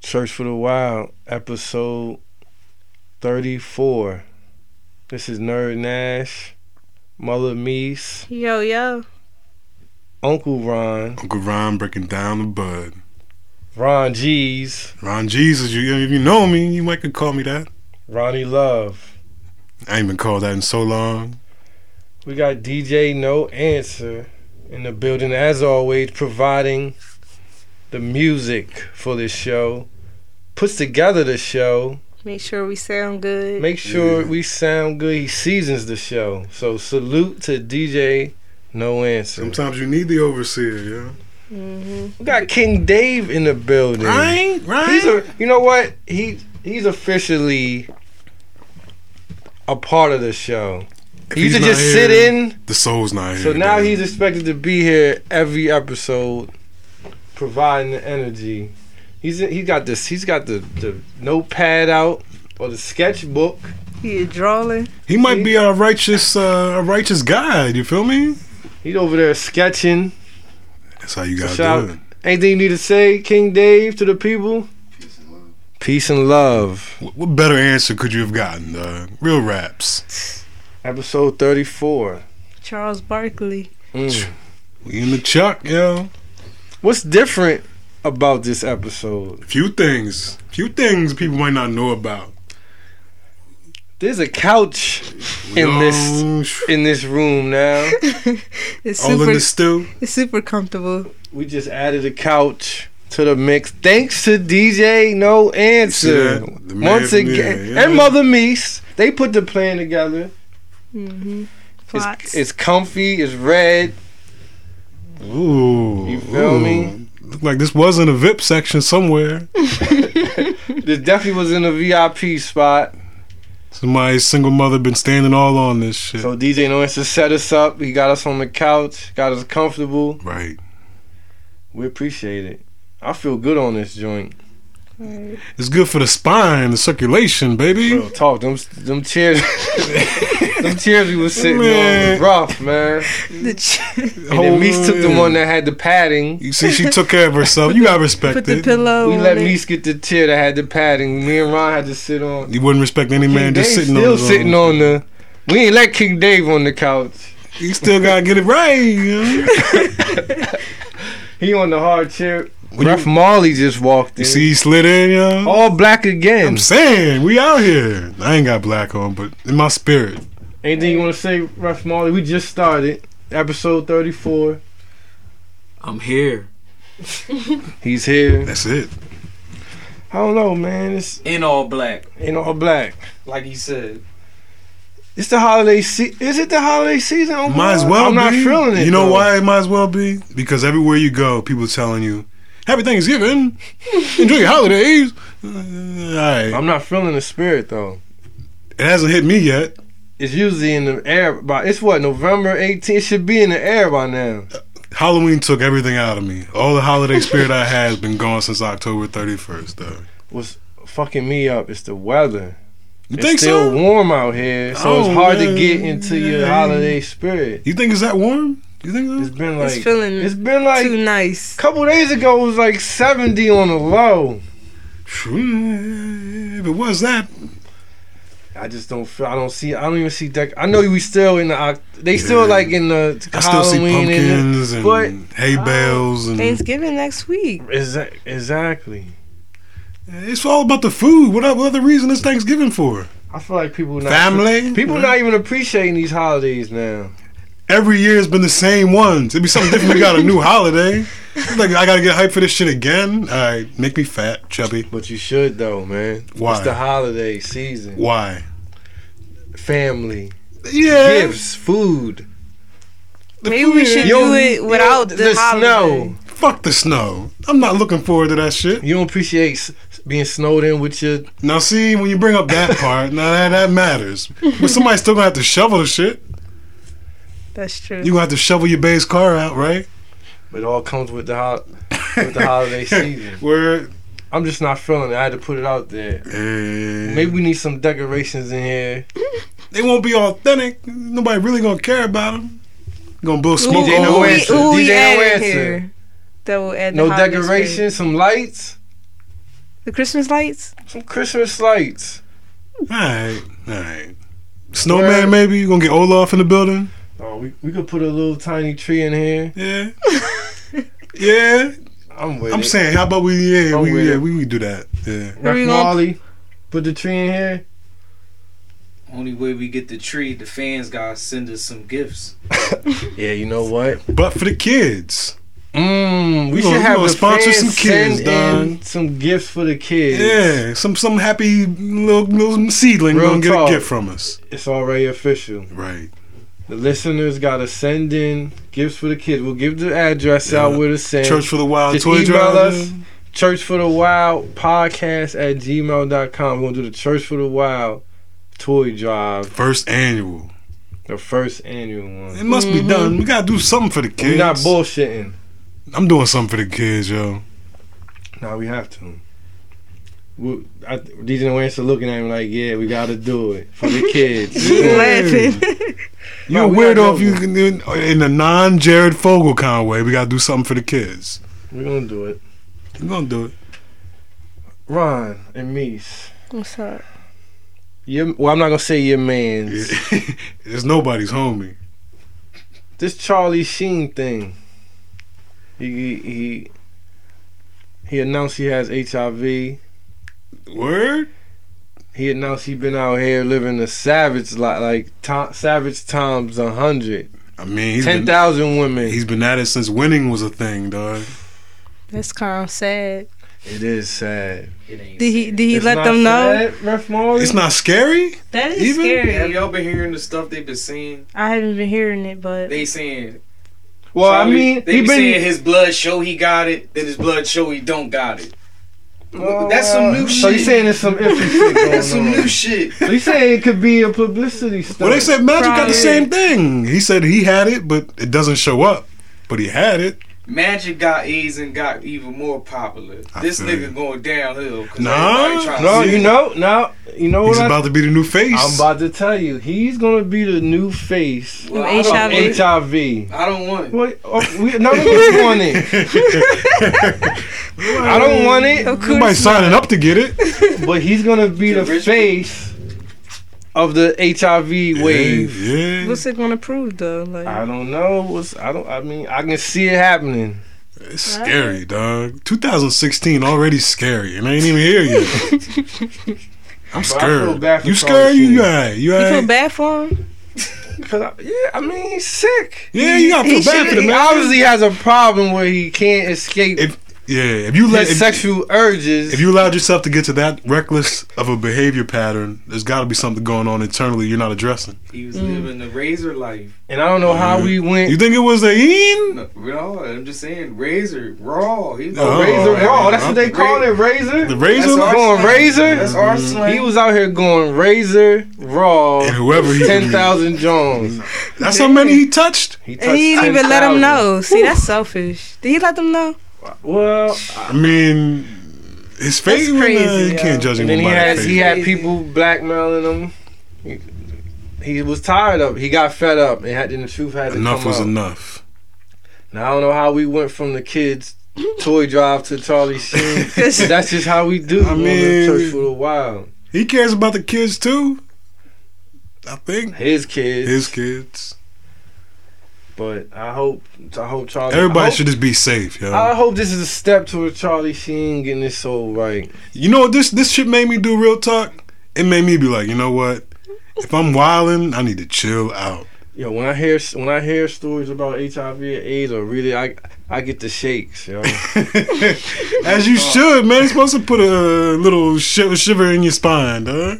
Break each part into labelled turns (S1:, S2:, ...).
S1: Search for the Wild, episode 34. This is Nerd Nash, Mother Meese,
S2: Yo, yo.
S1: Uncle Ron,
S3: Uncle Ron breaking down the bud.
S1: Ron G's,
S3: Ron Jesus, you if you know me, you might could call me that.
S1: Ronnie Love.
S3: I ain't been called that in so long.
S1: We got DJ No Answer in the building, as always, providing the music for this show, puts together the show.
S2: Make sure we sound good.
S1: Make sure
S3: Yeah.
S1: we sound good. He seasons the show. So salute to DJ No Answer.
S3: Sometimes you need the overseer, yeah.
S2: hmm
S1: We got King Dave in the building.
S3: Right, right.
S1: He's a you know what? He he's officially a part of the show.
S3: If
S1: He used to
S3: he's not
S1: just sit
S3: here,
S1: in.
S3: The soul's not here.
S1: So now
S3: man.
S1: he's expected to be here every episode providing the energy. He's he got this he's got the, the notepad out or the sketchbook.
S2: You drawing?
S3: he might be our righteous, uh, a righteous guide. You feel me?
S1: He's over there sketching.
S3: That's how you gotta
S1: shout-
S3: do it.
S1: Anything you need to say, King Dave, to the people? Peace and love.
S3: What, what better answer could you have gotten? dog? real raps.
S1: Episode 34.
S2: Charles Barkley.
S1: Mm.
S3: We in the chuck, yo.
S1: What's different about this episode?
S3: Few things, few things people might not know about.
S1: There's a couch
S3: We
S1: in
S3: all-
S1: this in this room now.
S2: It's
S3: all
S2: super.
S3: in the stew.
S2: It's super comfortable.
S1: We just added a couch to the mix. Thanks to DJ No Answer.
S3: You see that? The man
S1: Once
S3: from-
S1: again.
S3: yeah, yeah.
S1: And Mother Meese. They put the plan together.
S2: hmm Plots.
S1: It's, it's comfy, it's red.
S3: Ooh,
S1: You feel me?
S3: Look like this was in a VIP section somewhere.
S1: This definitely was in a VIP spot.
S3: Somebody's single mother been standing all on this shit.
S1: So DJ Noinsa set us up. He got us on the couch, got us comfortable.
S3: right.
S1: We appreciate it. I feel good on this joint.
S2: Right.
S3: It's good for the spine, the circulation, baby.
S1: Real talk. Them them chairs, them chairs we was sitting on
S3: Man.
S1: was rough, man.
S2: The ch-
S1: And then Meese took the one that had the padding.
S3: You see, she took care of herself. You gotta respect
S2: put the
S3: it.
S2: pillow.
S1: We
S2: on
S1: let
S2: it.
S1: Meese get the chair that had the padding. Me and Ron had to sit on.
S3: You wouldn't respect any man
S1: King
S3: just
S1: Dave
S3: sitting on.
S1: still
S3: his own.
S1: sitting on the. We ain't let King Dave on the couch.
S3: You still gotta get it right. You know?
S1: He on the hard chair.
S3: When
S1: Ref
S3: you,
S1: Marley just walked
S3: you
S1: in.
S3: see, he slid in. You know?
S1: all black
S3: I'm
S1: again.
S3: saying we out here. I ain't got black on, but in my spirit,
S1: Anything you want to say, Ref Marley? We just started episode 34.
S4: I'm here
S1: He's here.
S3: that's it.
S1: I don't know, man. It's
S4: in all black,
S1: ain't all black.
S4: like he said.
S1: It's the holiday se- Is it the holiday season? Uncle
S3: Might as
S1: Ron?
S3: well
S1: I'm
S3: be.
S1: not feeling it.
S3: You know
S1: though.
S3: why it might as well be? Because everywhere you go, people telling you, Happy Thanksgiving. Enjoy your holidays. Uh, all right.
S1: I'm not feeling the spirit though.
S3: It hasn't hit me yet.
S1: It's usually in the air by. It's what November 18th. It should be in the air by now.
S3: Halloween took everything out of me. All the holiday spirit I had has been gone since October 31st, though.
S1: What's fucking me up? It's the weather.
S3: You
S1: it's
S3: think
S1: still
S3: so?
S1: warm out here, so it's
S3: Oh,
S1: hard to
S3: man.
S1: get into your
S3: Yeah.
S1: holiday spirit.
S3: You think it's that warm? You think
S1: It's
S3: so?
S1: been like
S2: it's feeling
S1: it's been like
S2: too nice.
S1: couple days ago it was like 70 on the low.
S3: Phew, If it was that,
S1: I just don't feel. I don't see. I don't even see. Dec- I know we still in the. oc- They still
S3: Yeah.
S1: like in the
S3: I still see
S1: Halloween. and
S3: pumpkins and hay
S1: uh,
S3: bales and
S2: Thanksgiving next week.
S1: Exa- exactly.
S3: it's all about the food. What oth- what other reason is Thanksgiving for?
S1: I feel like people not
S3: Family.
S1: People not even appreciating these holidays now.
S3: every year has been the same ones. It'd be something different. We got a new holiday. It's like I gotta get hyped for this shit again. All right, make me fat, chubby.
S1: But you should though, man.
S3: Why?
S1: It's the holiday season.
S3: Why?
S1: Family,
S3: Yeah,
S1: gifts, food.
S3: the
S2: Maybe
S3: food
S2: we
S3: is-
S2: should-
S1: You
S2: do
S1: don't-
S2: it
S1: you
S2: without
S1: don't-
S2: the holiday.
S1: snow.
S3: Fuck the snow. I'm not looking forward to that shit.
S1: You don't appreciate s- being snowed in with your.
S3: Now, see, when you bring up that part, now that, that matters. But somebody's still gonna have to shovel the shit.
S2: That's true.
S3: You gonna have to shovel your bae's car out, right?
S1: It all comes with the hol- with the holiday season.
S3: Where?
S1: I'm just not feeling it. I had to put it out there. Maybe we need some decorations in here.
S3: they won't be authentic. Nobody really gonna care about them. Gonna blow
S2: Who-
S3: smoke
S1: DJ
S3: all
S1: No
S2: who
S3: over
S2: we-
S1: Answer.
S2: who we
S1: DJ No
S2: added
S1: Answer.
S2: here That will add the
S1: No
S2: holiday
S1: decorations, some lights.
S2: The Christmas lights?
S1: Some Christmas lights.
S3: All right, all right. Snowman, maybe you gonna get Olaf in the building?
S1: Oh, we, we could put a little tiny tree in here.
S3: Yeah, yeah.
S1: I'm with
S3: I'm
S1: it.
S3: saying, how about we? Yeah,
S1: I'm with
S3: we, yeah,
S1: it.
S3: we, we do that. Yeah.
S2: Where we
S1: Ref
S2: gonna-
S1: Marley, put the tree in here.
S4: Only way we get the tree, the fans gotta send us some gifts.
S1: Yeah, you know what?
S3: But for the kids,
S1: Mm, we
S3: We
S1: should
S3: gonna- we
S1: have
S3: gonna
S1: the
S3: sponsor
S1: fans
S3: some kids,
S1: send in
S3: Don.
S1: some gifts for the kids.
S3: yeah, some some happy little, little seedling
S1: Real
S3: gonna get
S1: talk.
S3: a gift from us,
S1: It's already official.
S3: right?
S1: The listeners gotta send in gifts for the kids. We'll give the address out
S3: Yeah.
S1: with a send.
S3: Church for the Wild
S1: Just
S3: Toy
S1: email
S3: Drive.
S1: us. Church for the Wild podcast at gmail.com. We're gonna do the Church for the Wild toy drive,
S3: First annual.
S1: the first annual one.
S3: It must be done. We gotta do something for the kids.
S1: We're not bullshitting.
S3: I'm doing something for the kids, yo.
S1: Now we have to. We, I, DJ and Wayne's looking at me like, yeah, we gotta do it for the kids.
S2: She's
S3: Yeah.
S2: laughing.
S3: You
S1: No,
S3: a
S1: we gotta
S3: weirdo
S1: go
S3: if you
S1: with
S3: can do in a non Jared Fogle kind of way. We gotta do something for the kids.
S1: We're gonna do it.
S3: We gonna do it.
S1: Ron and Meese.
S2: What's up?
S1: Your, well, I'm not gonna say your man's.
S3: it's nobody's homie.
S1: This Charlie Sheen thing. He, he he he announced he has HIV. He
S3: Word.
S1: announced he been out here living a savage life, like to, savage times a hundred,
S3: I mean, he's
S1: ten
S3: been,
S1: thousand women.
S3: he's been at it since winning was a thing, dog.
S2: That's kind of sad.
S1: It is sad.
S4: It ain't.
S2: Did he? Did he
S1: It's
S2: let
S1: not
S2: them know?
S1: sad, Ref Maury?
S3: It's not scary.
S2: That is
S3: Even?
S4: Have
S2: scary.
S4: y'all been hearing the stuff they've been saying?
S2: I haven't been hearing it, but
S4: They saying.
S1: Well, I
S4: Charlie-
S1: mean,
S4: they
S1: he
S4: be
S1: been
S4: saying his blood show he got it, then his blood show he don't got it. That's some new
S1: Oh. so you
S4: shit.
S1: saying it's some iffy shit going
S4: That's some
S1: on.
S4: new shit.
S1: So you saying it could be a publicity stunt.
S3: Well, they said Magic got
S2: Probably.
S3: the same thing. He said he had it, but it doesn't show up. But he had it.
S4: Magic got AIDS and got even more popular.
S3: I
S4: this
S3: feel
S4: nigga
S3: you.
S4: going downhill. 'cause
S3: Nah,
S4: everybody trying to
S1: No,
S4: see
S1: you
S4: it.
S1: know, now you know
S3: He's
S1: what I,
S3: about to be the new face.
S1: I'm about to tell you. He's gonna be the new face
S4: Well,
S2: Of
S4: I don't
S1: of
S2: HIV.
S4: want it.
S1: HIV.
S4: I don't want it.
S1: What? Oh, we, none of us want it. I don't want it,
S2: of
S3: Somebody
S2: course,
S3: signing up to get it.
S1: but he's gonna be the
S4: Richard.
S1: face of the HIV wave.
S3: Yeah.
S2: what's it gonna prove though? Like,
S1: I don't know. What's I don't. I mean, I can see it happening.
S3: It's scary, dog. 2016 already scary, and I ain't even here yet. I'm
S1: feel
S3: scared.
S1: bad for Charlie
S3: You scared? You,
S1: Sheen.
S3: you alright? You
S2: you feel
S3: alright?
S2: bad for him?
S1: Cause I, yeah, I mean, he's sick.
S3: Yeah, you gotta feel
S1: He
S3: bad
S1: should-
S3: for the
S1: he
S3: man.
S1: obviously has a problem where he can't escape
S3: If yeah, if you let
S1: his
S3: if,
S1: sexual urges.
S3: if you allowed yourself to get to that reckless of a behavior pattern, there's got to be something going on internally you're not addressing.
S4: He was living the razor life.
S1: and I don't know how we went.
S3: You think it was a Ian?
S4: No, no, I'm just saying razor raw. He was
S3: Oh,
S1: Razor
S3: yeah.
S1: Raw. That's what they call it, Razor.
S3: The razor?
S4: That's
S1: Going
S4: our slang.
S1: Razor?
S4: That's our
S3: Mm-hmm.
S4: slang.
S1: He was out here going Razor Raw.
S3: And whoever he
S1: ten thousand Jones.
S3: That's how many he touched.
S1: He, touched
S2: And he didn't even let them
S1: 10,000.
S2: know. See, that's selfish. Did he let them know?
S1: Well,
S3: I mean, his face.
S2: crazy,
S3: nah, you
S2: yo.
S3: can't judge
S1: and
S3: him
S1: then he
S3: by
S1: had
S3: his
S1: he
S3: face.
S1: had people blackmailing him. He, he was tired of. it. He got fed up. And had, and the truth had to
S3: Enough
S1: come
S3: was
S1: out.
S3: enough.
S1: Now I don't know how we went from the kids toy drive to Charlie Sheen. That's just how we do.
S3: I
S1: I mean,
S3: mean-
S1: church for the wild.
S3: He cares about the kids too. I think
S1: His kids.
S3: his kids.
S1: But I hope I hope Charlie. I Uh,
S3: Everybody
S1: hope,
S3: should just be safe, yo.
S1: I hope this is a step toward Charlie Sheen getting his soul right.
S3: you know what this this shit made me do real talk. It made me be like, you know what? If I'm wilding, I need to chill out.
S1: Yo, when I hear when I hear stories about HIV and AIDS, or really, I I get the shakes. Yo,
S3: As you should, man. It's supposed to put a little shi- shiver in your spine, huh?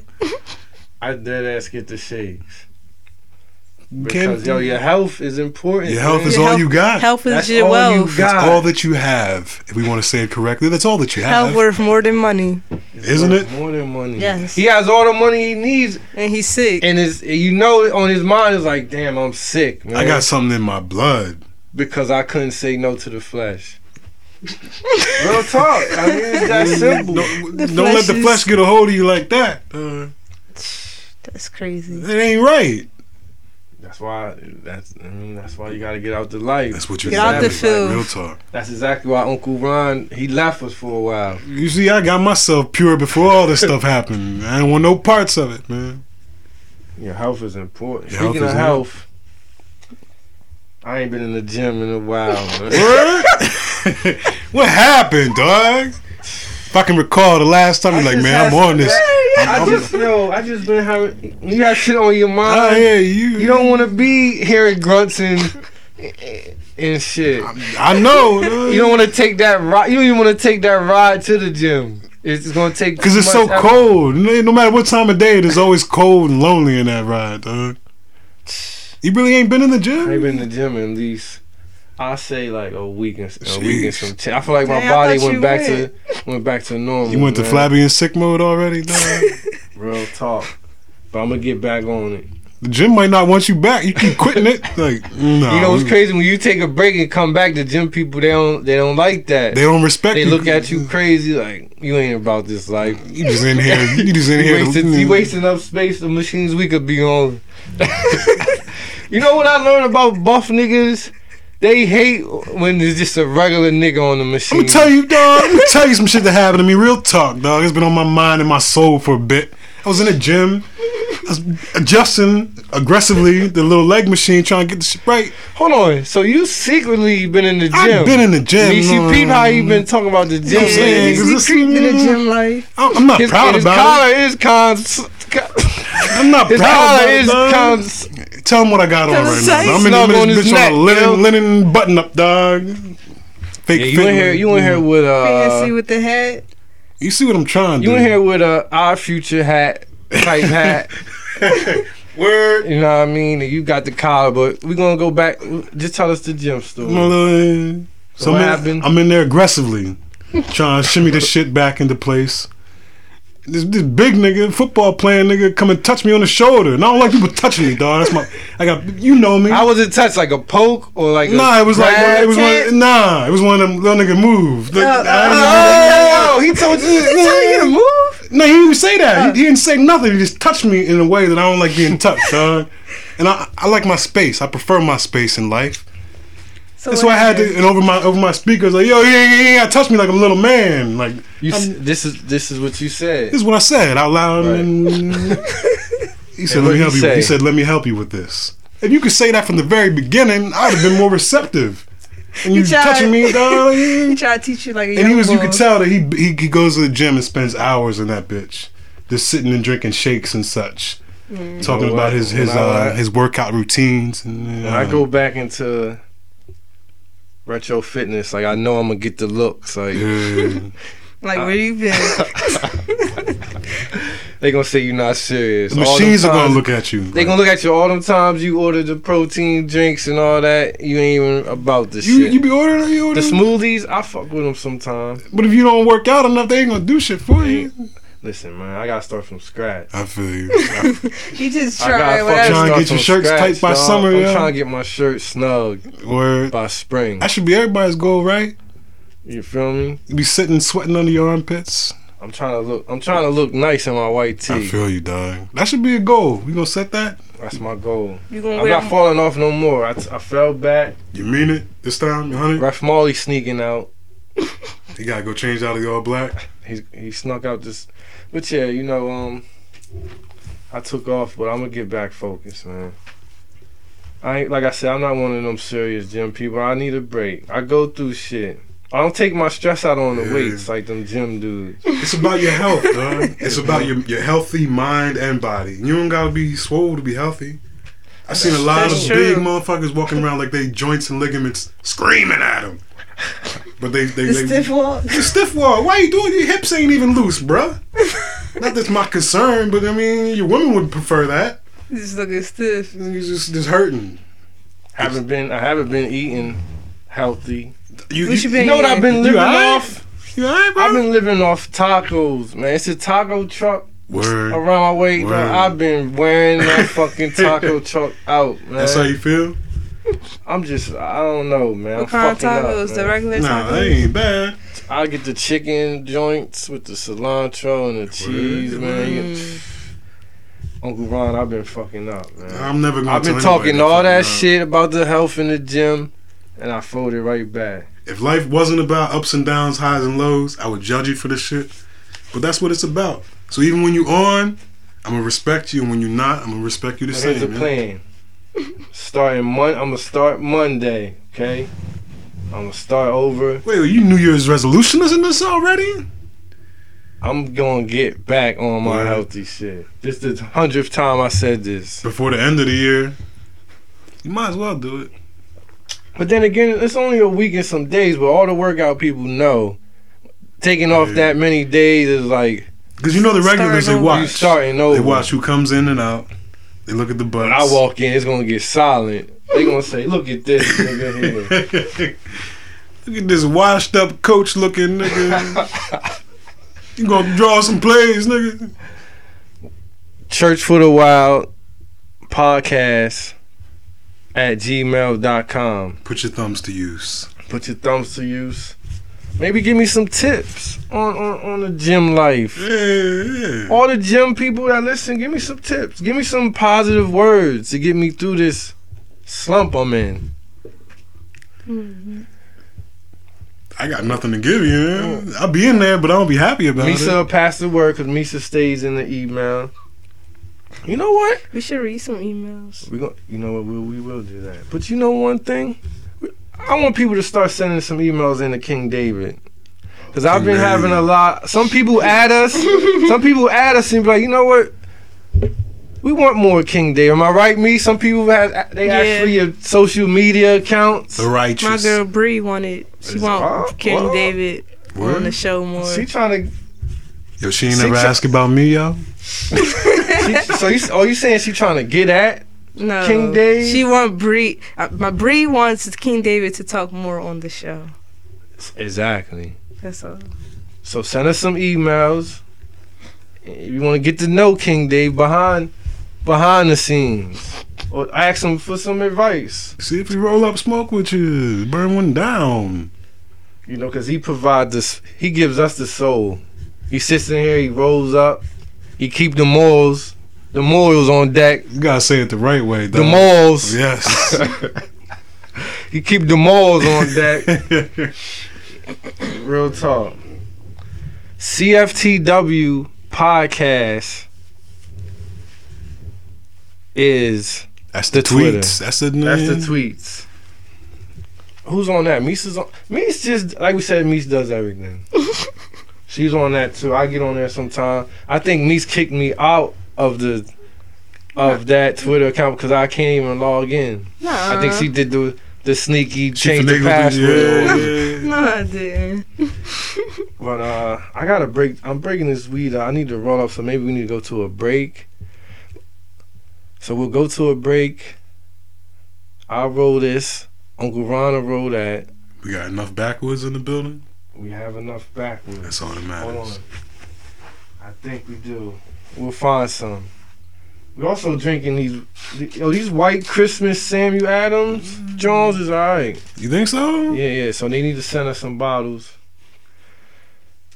S1: I dead ass get the shakes
S3: You can't-
S1: because yo, your health is important.
S3: Your health
S1: man.
S3: is
S2: Your
S3: all
S2: health-
S3: you got.
S2: Health
S1: That's
S2: is your
S1: all you
S2: wealth.
S1: got.
S3: That's all that you have. If we want to say it correctly, that's all that you have.
S2: Health worth more than money,
S1: It's
S3: isn't
S1: worth
S3: it?
S1: More than money.
S2: Yes.
S1: he has all the money he needs,
S2: and he's sick.
S1: and his you know on his mind is like, damn, I'm sick, man.
S3: I got something in my blood.
S1: because I couldn't say no to the flesh. Real talk. I mean, it's that simple.
S3: Don't,
S2: The
S3: don't let
S2: flesh
S3: the
S2: is-
S3: flesh get a hold of you like that. Uh,
S2: That's crazy.
S3: it ain't right.
S1: That's why. That's I mean, that's why you got to get out the life.
S3: That's what you
S2: Get out
S3: exactly
S2: the
S3: like,
S2: field.
S3: Real talk.
S1: That's exactly why Uncle Ron he left us for a while.
S3: You see, I got myself pure before all this stuff happened. I didn't want no parts of it, man.
S1: Your health is important.
S3: Your
S1: Speaking
S3: health
S1: of
S3: is
S1: health, I ain't been in the gym in a while. man.
S3: What? what happened, dog? If I can recall the last time, you're like, man, I'm on this.
S1: I just yo, I just been having you got shit on your mind.
S3: Oh yeah, you.
S1: um, You don't want to be hearing grunts and and shit.
S3: I know. dog.
S1: You don't want to take that ride. You don't even want to take that ride to the gym. It's gonna take
S3: Cause
S1: too
S3: it's so
S1: much effort.
S3: cold. No no matter what time of day, it is always cold and lonely in that ride, dog. You really ain't been in the gym.
S1: I ain't been in the gym in at least I say like a week and a
S3: Jeez.
S1: week and some. Ch- I feel like my
S2: Dang, I
S1: body
S2: thought
S1: went
S2: you
S1: back to went back to normal.
S3: you went to
S1: man.
S3: flabby and sick mode already, dog.
S1: Real talk. But I'm gonna get back on it.
S3: the gym might not want you back. You keep quitting it. Like no,
S1: you know what's crazy when you take a break and come back to gym people they don't they don't like that.
S3: They
S1: They,
S3: don't respect. you.
S1: look at you crazy like you ain't about this life.
S3: You just in here. You just in
S1: You
S3: here.
S1: wasting, you wasting up space the machines we could be on. you know what I learned about buff niggas? They hate when there's just a regular nigga on the
S3: I'm
S1: machine.
S3: gonna tell you, dog. I'm gonna tell you some shit that happened to me. Real talk, dog. It's been on my mind and my soul for a bit. I was in the gym. I was adjusting aggressively the little leg machine, trying to get the shit right.
S1: Hold on. So you secretly been in the gym?
S3: I've been in the gym,
S1: Nishi
S3: um,
S1: Pete, how you been talking about the gym?
S3: I'm saying,
S1: man?
S3: cause
S2: He
S3: it's-
S2: creeped in the gym life.
S3: I'm I'm not
S1: His,
S3: proud
S1: his
S3: about it.
S1: collar is cons.
S3: I'm not
S1: His
S3: proud
S1: collar
S3: about it.
S1: is
S3: dog.
S1: cons.
S3: Tell him what I got on
S2: Tell him
S3: right now.
S2: size.
S3: I'm in
S1: Snug
S3: the
S1: on
S3: middle of
S1: his
S3: this bitch on a
S1: neck, yo.
S3: linen, linen button up, dog. Fake
S1: Yeah, you in
S3: fit,
S1: here? You in here with
S2: Fancy
S1: uh?
S2: with the hat.
S3: You see what I'm trying to
S1: You
S3: do?
S1: in here with a our future hat type hat?
S3: Word.
S1: You know what I mean? And you got the collar, but we gonna go back. Just tell us the gym story.
S3: My little- So
S1: What
S3: I'm in-
S1: happened?
S3: I'm in there aggressively trying to shimmy this shit back into place. This, this big nigga, football playing nigga, come and touch me on the shoulder. And I don't like people touching me, dog. That's my, I got, you know me.
S1: I was in touch like a poke or like a
S3: nah, it was like,
S1: grab?
S3: it was
S2: tap?
S3: one, nah, it was one of them little nigga moves. Like,
S2: Uh,
S3: I didn't-
S1: Oh, he told you.
S2: He told you to move.
S3: No, he didn't even say that. He, he didn't say nothing. He just touched me in a way that I don't like being touched, dog. And I, I like my space. I prefer my space in life. That's
S2: what
S3: why I had
S2: happened?
S3: to, and over my over my speakers, like, yo, yeah, yeah, yeah, yeah, touch me like a little man. Like,
S1: You, s-
S3: Um,
S1: this is this is what you said.
S3: this is what I said out loud.
S1: Right.
S3: And he said,
S1: And
S3: let
S1: what'd
S3: me help
S1: he
S3: you. He
S1: say?
S3: said, let me help you with this. If you could say that from the very beginning, I'd have been more receptive. And you
S2: tried.
S3: touching me, dog.
S2: He tried to teach you like a
S3: And
S2: young
S3: he was, you
S2: boy.
S3: could tell that he, he he goes to the gym and spends hours in that bitch, just sitting and drinking shakes and such,
S2: Mm.
S3: talking
S1: You know
S3: about
S1: what?
S3: his his
S1: When I-
S3: uh, his workout routines. And, uh,
S1: When I go back into retro fitness, like I know I'm gonna get the looks. Like
S3: yeah.
S2: Like where you been?
S1: they gonna say you're not serious.
S3: the
S1: All them
S3: machines are gonna
S1: times-
S3: look at you.
S1: They gonna look at you all them times you ordered the protein drinks and all that. You ain't even about the
S3: you
S1: shit.
S3: you be ordering you
S1: the
S3: ordering,
S1: smoothies, I fuck with them sometimes.
S3: but if you don't work out enough, they ain't gonna do shit for you.
S1: Listen, man, I gotta start from scratch.
S3: I feel you.
S2: He just
S1: I gotta
S2: tried
S1: fucking
S3: John,
S2: whatever.
S1: start
S3: get your
S1: from
S3: shirts
S1: scratch,
S3: tight by
S1: dawg.
S3: summer,
S1: I'm
S3: yo.
S1: trying to get my shirt snug
S3: Word.
S1: by spring.
S3: That should be everybody's goal, right?
S1: You feel me?
S3: You be sitting sweating under your armpits.
S1: I'm trying to look. I'm trying to look nice in my white
S3: I
S1: tee.
S3: feel you, dog. That should be a goal. We gonna set that.
S1: That's my goal.
S2: You gonna
S1: I'm
S2: wear?
S1: not falling off no more. I, t- I fell back.
S3: You mean it this time, honey?
S1: Ref Marley sneaking out.
S3: You gotta go change out of your all black.
S1: He he snuck out this. But yeah, you know um. I took off, but I'm gonna get back focused, man. I ain't, like I said, I'm not one of them serious gym people. I need a break. I go through shit. I don't take my stress out on the
S3: Yeah.
S1: weights like them gym dudes.
S3: It's about your health, dog. It's about your, your healthy mind and body. You don't gotta be swole to be healthy. I've seen a lot
S2: That's
S3: of
S2: true.
S3: big motherfuckers walking around like they joints and ligaments screaming at them. But they they,
S2: The
S3: they
S2: stiff walk.
S3: The stiff wall. Why you doing? Your hips ain't even loose, bruh. Not that's my concern, but I mean, your woman would prefer that.
S2: Just looking stiff.
S3: You just just hurting.
S1: haven't been. I haven't been eating healthy.
S3: You,
S2: What you been
S1: You know what I've been
S3: You
S1: living
S3: alright?
S1: off?
S3: You alright, bro?
S1: I've been living off tacos, man. It's a taco truck
S3: Word.
S1: around my way.
S3: Word.
S1: man. I've been wearing that fucking taco truck out, man.
S3: That's how you feel?
S1: I'm just, I don't know, man. I'm
S2: What kind of
S1: fucking up,
S2: tacos? The
S1: man.
S2: regular
S3: Nah, that
S2: tacos.
S3: ain't bad.
S1: I get the chicken joints with the cilantro and the cheese, man. You- Uncle Ron, I've been fucking up, man.
S3: I'm never gonna.
S1: I've been
S3: tell anybody
S1: talking
S3: to
S1: all
S3: fucking
S1: that
S3: run.
S1: shit about the health in the gym, and I folded right back.
S3: If life wasn't about ups and downs, highs and lows, I would judge you for this shit. But that's what it's about. So even when you on, I'm gonna respect you, and when you're not, I'm gonna respect you the
S1: But
S3: same.
S1: here's the
S3: man.
S1: plan. Starting Mon, I'm gonna start Monday, okay? I'm gonna start over.
S3: Wait, you New Year's resolution is in this already?
S1: I'm gonna get back on my
S3: Right.
S1: healthy shit. This is the hundredth time I said this.
S3: Before the end of the year, you might as well do it.
S1: But then again, it's only a week and some days. But all the workout people know, taking off
S3: Yeah.
S1: that many days is like
S3: Because you know the regulars they
S2: Starting over.
S3: watch.
S1: you starting over.
S3: They watch who comes in and out. They look at the butts.
S1: When I walk in, it's gonna get silent. They gonna say, "Look at this nigga here."
S3: Look at this washed up coach looking nigga. you gonna draw some plays, nigga.
S1: Church for the Wild podcast at gmail.com.
S3: Put your thumbs to use.
S1: Put your thumbs to use. Maybe give me some tips on, on, on the gym life.
S3: Yeah.
S1: All the gym people that listen, give me some tips. Give me some positive words to get me through this slump I'm in.
S2: Mm-hmm.
S3: I got nothing to give you. man. I'll be in there, but I won't be happy about it.
S1: Misa will pass the word because Misa stays in the email. You know what?
S2: We should read some emails.
S1: We going you know what? We, we will do that. But you know one thing, I want people to start sending some emails into King David. Cause I've been
S3: King
S1: having
S3: David.
S1: a lot. Some people add us. some people add us and be like, you know what? We want more King David. Am I right, me? Some people have they ask
S2: Yeah.
S1: for your social media accounts.
S3: The righteous.
S2: My girl Bree wanted. She
S1: Is-
S2: want
S1: oh,
S2: King
S1: oh.
S2: David
S3: Word?
S2: on the show more.
S1: She trying
S3: Yo, she ain't
S1: Six-
S3: never asked about me, yo.
S1: to. She, so you, oh, you saying she trying to get at?
S2: no,
S1: King Dave?
S2: She want Bree. Uh, my Bree wants King David to talk more on the show.
S1: Exactly.
S2: That's all.
S1: So send us some emails. If you want to get to know King Dave behind behind the scenes, or ask him for some advice.
S3: See if we roll up smoke with you. Burn one down.
S1: You know, because he provides us. He gives us the soul. He sits in here. He rolls up. He keep the morals. The morals on deck.
S3: You gotta say it the right way, though.
S1: The morals.
S3: Yes.
S1: He keep the morals on deck. Real talk. CFTW podcast is.
S3: That's the,
S1: The
S3: tweets.
S1: Twitter.
S3: That's the
S1: That's the
S3: name.
S1: tweets. Who's on that? Misa's on. Misa's just like we said. Misa does everything. She's on that too. I get on there sometime. I think Misa kicked me out of the of that Twitter account because I can't even log in.
S2: No,
S1: I think she did the the sneaky
S3: She
S1: change the
S3: finagled it.
S1: password.
S3: Yeah, yeah, yeah.
S2: No, I didn't.
S1: But uh, I gotta break. I'm breaking this weed. out. I need to roll up, so maybe we need to go to a break. So we'll go to a break. I'll roll this. Uncle Ron will roll that.
S3: We got enough backwoods in the building.
S1: We have enough backwards.
S3: That's all that
S1: Hold on.
S3: matters.
S1: I think we do. We'll find some. We're also drinking these. Yo, these white Christmas Samuel Adams Jones is alright.
S3: You think so?
S1: Yeah, yeah. So they need to send us some bottles.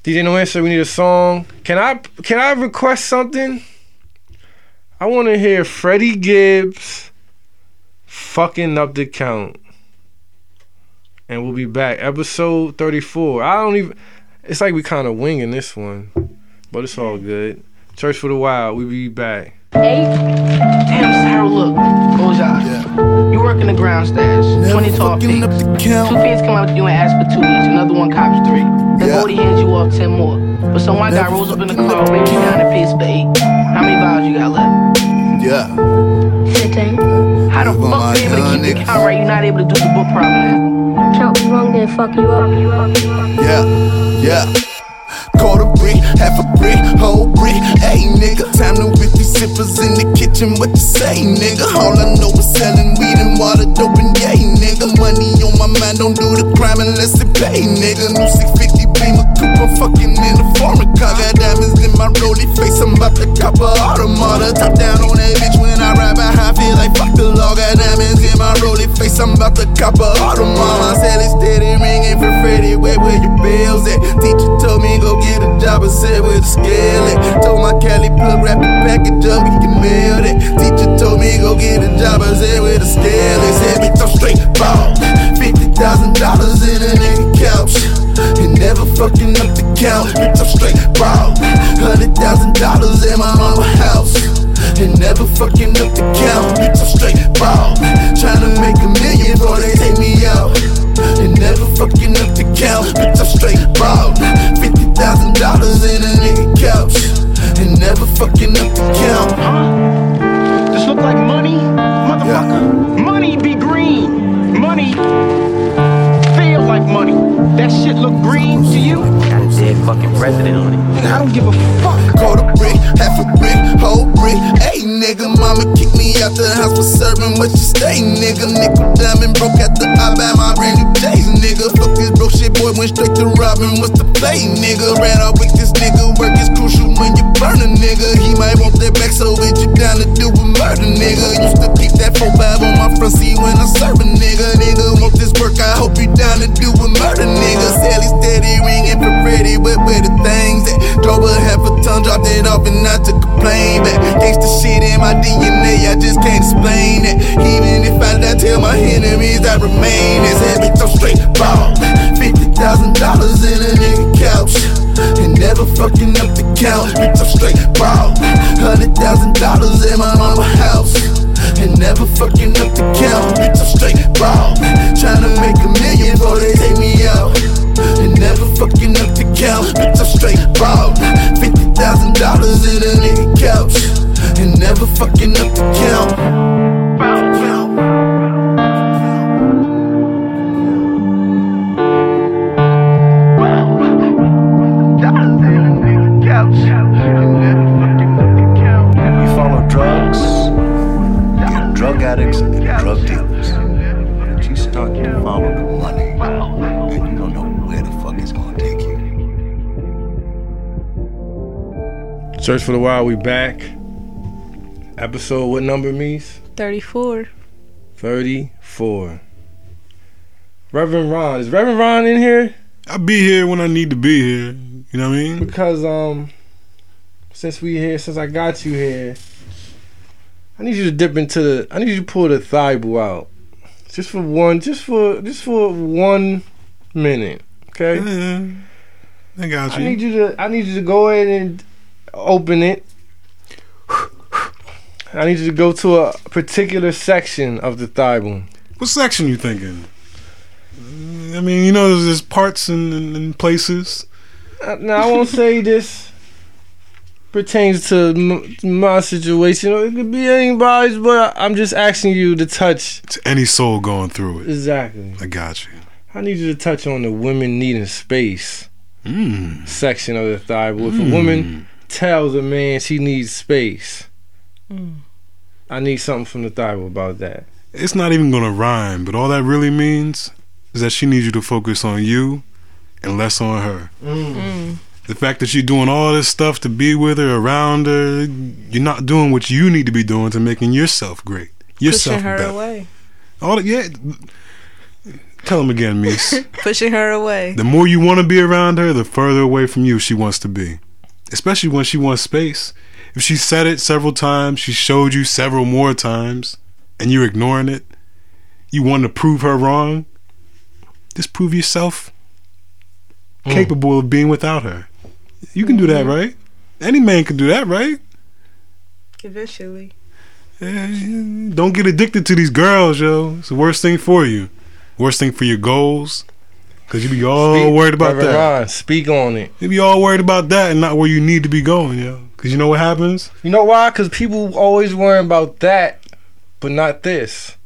S1: DJ No Answer, we need a song. Can I can I request something? I want to hear Freddie Gibbs fucking up the count. And we'll be back. Episode 34. I don't even. It's like we kind of winging this one, but it's all good. Church for the Wild, we be back.
S5: Damn, Sarah, look. Goes out. You work in the ground stash. 20 tall pigs.
S6: up the
S5: Two
S6: count.
S5: fiends come out to you and ask for two each. Another one cops three. Then
S6: Yeah.
S5: Bodie hands you off 10 more. But some white guy
S6: Never
S5: rolls up in the
S6: fucking
S5: car,
S6: up
S5: rings
S6: the
S5: you down and pays for eight. How many vials you got left?
S6: Yeah.
S7: Fifteen.
S5: How the
S6: Move
S5: fuck
S6: on, my
S5: you able to
S6: young
S5: keep the
S6: niggas.
S5: count right? You're not able to do the book problem.
S7: Count me wrong, then fuck you up.
S6: Yeah. Yeah. Quarter brick, half a brick, whole brick. Hey nigga, time to whip these sippers in the kitchen. What you say, nigga? All I know is selling weed and water, dope and yay, nigga. Money on my mind, don't do the crime unless it pay, nigga. New 650 Beamer coupe, I'm fucking in a foreign car. Got diamonds in my rollie face, I'm about to cop a automata. Top down on that bitch when I ride behind, feel like fuck the law. Got diamonds in my rollie face, I'm about to cop a automata. Sally steady ringing for Freddie, where where your bills at? Teacher told me go get a job and said with a scale at. Told my Cali plug, wrap the package up, we can mail dollars in my mama house. And never fucking up the count. Bitch, I'm straight ball. Tryna make a million, bro, they take me out. And never fucking up the count. Bitch, I'm straight ball. $50,000 in a nigga couch. And never fucking up the count.
S5: This look like money, motherfucker. Money be green. Money feel like money. That shit look green to you?
S8: Got a dead fucking president on it.
S5: Nigga, I don't give a fuck.
S6: Quarter brick, half a brick, whole brick. Hey, nigga, mama kicked me out the house for serving what you stay, nigga. Nickel diamond broke after I buy my brand new days, nigga. Fuck this broke shit, boy, went straight to Robin. What's the play, nigga? Ran off with this nigga. Work is crucial when you burn a nigga. He might want that back, so it you down to do with murder, nigga. Used to keep that 4 5 on my front seat when I serve a nigga. Nigga, want this work, I hope you down to do with murder, nigga. Sally steady ringing for Freddy, but where the things at? Drove a half a ton, dropped it off, and not to complain. But gangsta shit in my DNA, I just can't explain it. Even if I die, tell my enemies I remain. It's heavy, I'm straight ball. $50,000 in a nigga couch. And never fucking up the count, bitch, I'm straight ball. $100,000 in my mama house. And never fucking up the count, bitch, I'm straight ball. Tryna make a million, bro, they take me out. And never fucking up the count, bitch, I'm straight ball. Fifty thousand dollars in a nigga couch, and never fucking up the count.
S8: You follow drugs, you're drug addicts and drug dealers. But you start to follow the money, and you don't know where the fuck it's gonna take you.
S1: Search for the Wild, we back. Episode, what number, Mees?
S2: 34.
S1: 34. Reverend Ron. Is Reverend Ron in here?
S3: I be here when I need to be here. You know what I mean?
S1: Because, um, since we here, since I got you here, I need you to dip into the, I need you to pull the thigh boo out. Just for one, just for, just for one minute, okay?
S3: Yeah. I got
S1: I need
S3: you.
S1: you to. I need you to go ahead and open it. I need you to go to a particular section of the thigh bone.
S3: What section you thinking? Mm, I mean, you know, there's, there's parts and, and, and places.
S1: Uh, Now I won't say this pertains to m- my situation. or It could be anybody's, but I'm just asking you to touch
S3: It's any soul going through it.
S1: exactly.
S3: I got you.
S1: I need you to touch on the women needing space
S3: Mm.
S1: section of the thigh bone. If a woman tells a man she needs space, I need something from the thigh bone about that.
S3: It's not even gonna rhyme, but all that really means is that she needs you to focus on you and less on her.
S2: Mm.
S3: The fact that you're doing all this stuff to be with her, around her, you're not doing what you need to be doing to making yourself great, yourself
S2: Pushing her
S3: better.
S2: away.
S3: All that, yeah. Tell him again, Meese.
S2: Pushing her away.
S3: the more you want to be around her, the further away from you she wants to be. Especially when she wants space. If she said it several times, she showed you several more times, and you're ignoring it, you want to prove her wrong, just prove yourself capable of being without her. You can do that, right? Any man can do that, right?
S2: Eventually.
S3: Eh, Don't get addicted to these girls, yo. It's the worst thing for you. Worst thing for your goals. Cause you be all
S1: Speak-
S3: Oh, worried about
S1: Reverend
S3: that.
S1: Ron, speak on it.
S3: You be all worried about that and not where you need to be going, yo. Cause you know what happens?
S1: You know why? Because people always worrying about that, but not this.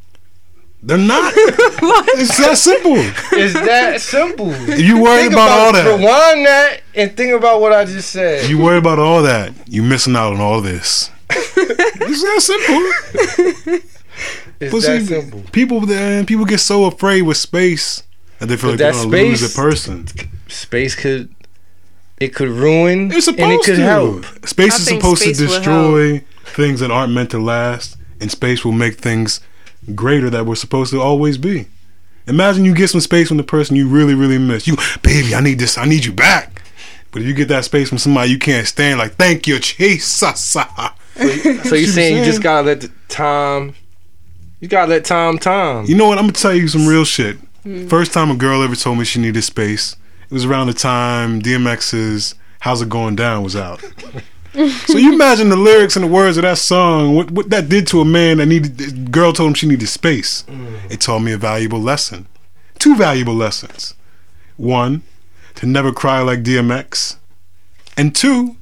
S3: They're not. It's that simple.
S1: It's that simple.
S3: You worried
S1: Think
S3: about, all that.
S1: Rewind that and think about what I just said.
S3: You worried about all that. You missing out on all this. it's that simple.
S1: it's
S3: But
S1: that
S3: see,
S1: simple.
S3: People, and people get so afraid with space that they
S1: But
S3: feel like they're
S1: that
S3: gonna lose
S1: space-
S3: a person.
S1: Space could it could ruin
S3: It's supposed
S1: and it could
S3: to.
S1: help.
S3: Space
S2: I
S3: is
S2: think
S3: supposed
S2: space
S3: to
S2: will
S3: destroy things that aren't meant to last, and space will make things greater that we're supposed to always be. Imagine you get some space from the person you really, really miss. You, baby, I need this. I need you back. But if you get that space from somebody you can't stand, like thank you, Jesus.
S1: So you're
S3: She was
S1: saying you
S3: saying-
S1: just gotta let the time. You gotta let time time.
S3: You know what? I'm gonna tell you some real shit. First time a girl ever told me she needed space, it was around the time DMX's "How's It Going Down" was out. So you imagine the lyrics and the words of that song, what, what that did to a man that needed, the girl told him she needed space. It taught me a valuable lesson. Two valuable lessons. One, to never cry like DMX. And two,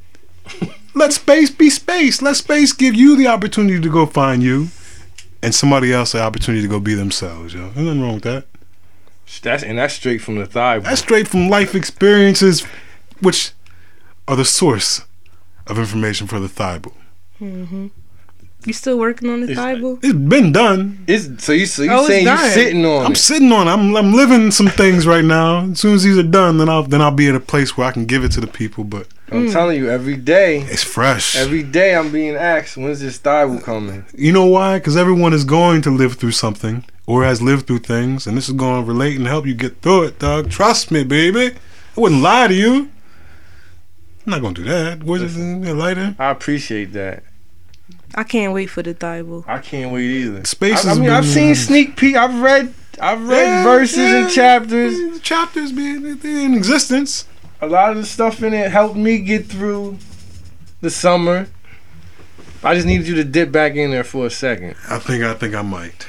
S3: let space be space. Let space give you the opportunity to go find you and somebody else the opportunity to go be themselves, yo. There's nothing wrong with that.
S1: That's and that's straight from the thigh.
S3: That's straight from life experiences, which are the source of information for the Thibault.
S2: You still working on the Bible?
S3: It's been done.
S1: It's, so you so you
S2: Oh, it's
S1: saying you
S2: dying.
S1: sitting on
S3: I'm
S1: it?
S3: sitting on. it. I'm I'm living some things right now. As soon as these are done, then I'll then I'll be at a place where I can give it to the people. But
S1: I'm telling you, every day,
S3: it's fresh.
S1: every day I'm being asked, when's this thigh will coming?
S3: you know why? Because everyone is going to live through something or has lived through things, and this is going to relate and help you get through it, dog. Trust me, baby. I wouldn't lie to you. I'm not gonna do that. Where's this a lighter?
S1: I appreciate that.
S2: I can't wait for the Bible.
S1: I can't wait either.
S3: Space
S1: I, I
S3: has
S1: mean,
S3: been-
S1: I've seen sneak peek. I've read, I've read
S3: Yeah,
S1: verses and
S3: yeah.
S1: chapters.
S3: The chapters, man, they- they're in existence.
S1: A lot of the stuff in it helped me get through the summer. I just needed you to dip back in there for a second.
S3: I think I think I might.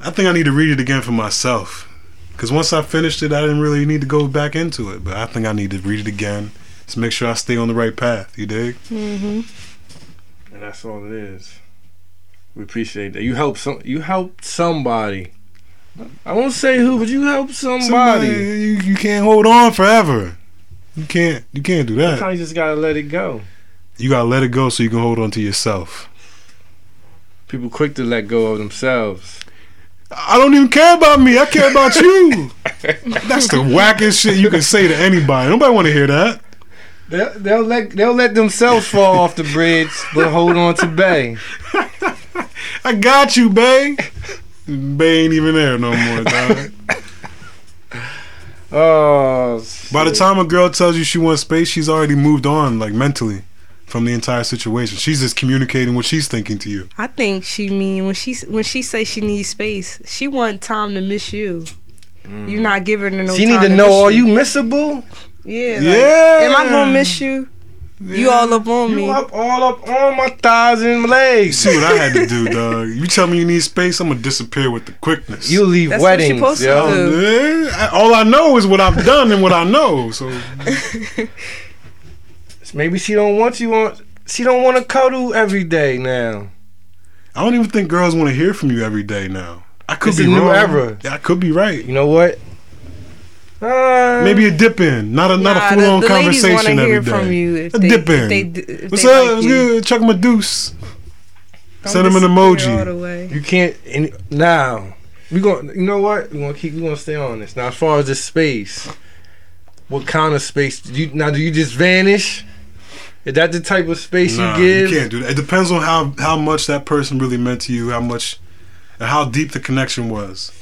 S3: I think I need to read it again for myself. Cause once I finished it, I didn't really need to go back into it. But I think I need to read it again to make sure I stay on the right path. You dig?
S1: And that's all it is. We appreciate that. You helped some. You helped somebody. I won't say who, but you helped
S3: Somebody,
S1: somebody.
S3: you, you can't hold on forever. You can't you can't do that.
S1: Sometimes you just gotta let it go.
S3: You gotta let it go so you can hold on to yourself.
S1: People quick to let go of themselves.
S3: I don't even care about me. I care about you. That's the wackest shit you can say to anybody. Nobody want to hear that.
S1: They'll, they'll let they'll let themselves fall off the bridge, but hold on to bay.
S3: I got you, Bay. Bay ain't even there no more, dog.
S1: Oh,
S3: By the time a girl tells you she wants space, she's already moved on, like mentally, from the entire situation. She's just communicating what she's thinking to you.
S2: I think she mean when she when she say she needs space, she want time to miss you. you not giving her no.
S1: she
S2: time
S1: need to know
S2: miss
S1: are you missable?
S2: Yeah.
S3: Yeah.
S2: Like, am I gonna miss you? You all up on me.
S1: You up all up on my thighs and legs.
S3: See what I had to do, dog. You tell me you need space, I'm gonna disappear with the quickness.
S1: You leave
S2: That's what she
S1: weddings,
S2: supposed to
S1: yo.
S2: do.
S3: Yeah, I- all I know is what I've done and what I know. So
S1: Maybe she don't want you on. She don't want to cuddle every day now.
S3: I don't even think girls want to hear from you every day now. I could
S1: It's
S3: be
S1: a new
S3: wrong.
S1: era.
S3: Yeah, I could be right.
S1: You know what? Uh,
S3: Maybe a dip in, not a not
S2: Nah,
S3: a full on
S2: the, the ladies wanna
S3: conversation
S2: hear
S3: every day.
S2: From you if
S3: a
S2: they,
S3: dip in.
S2: If they, d- if
S3: What's
S2: they
S3: up?
S2: Like
S3: What's
S2: you.
S3: good? Chuck my deuce.
S2: Don't
S3: Send 'em an
S2: disappear
S3: emoji.
S2: All the way.
S1: you can't. Any, now we going You know what? We gonna keep. We gonna stay on this. Now, as far as the space, what kind of space? Do you now? Do you just vanish? Is that the type of space
S3: Nah,
S1: you give?
S3: can't do that. It depends on how how much that person really meant to you, how much, and how deep the connection was.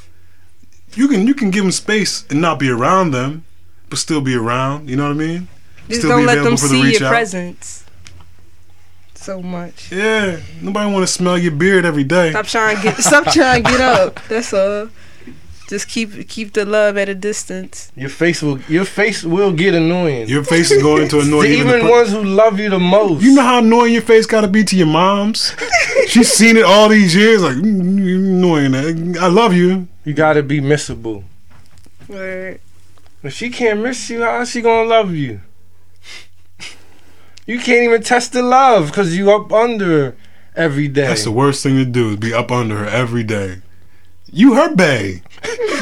S3: You can you can give them space and not be around them, but still be around. You know what I mean?
S2: Just
S3: Still
S2: don't
S3: be
S2: let them
S3: available for the
S2: see
S3: reach
S2: your
S3: out.
S2: presence so much.
S3: Yeah. Nobody want to smell your beard every day.
S2: Stop trying to get. stop trying to get up. That's all. Just keep keep the love at a distance.
S1: Your face will. Your face will get annoying.
S3: Your face is going to annoy
S1: To
S3: even.
S1: even
S3: the per-
S1: ones who love you the most.
S3: you know how annoying your face got to be to your moms. She's seen it all these years. Like "Mm, you annoying. eh? I love you.
S1: you gotta be missable.
S2: Word.
S1: If she can't miss you, how she gonna love you? You can't even test the love because you up under her every day.
S3: That's the worst thing to do is be up under her every day. You her bae.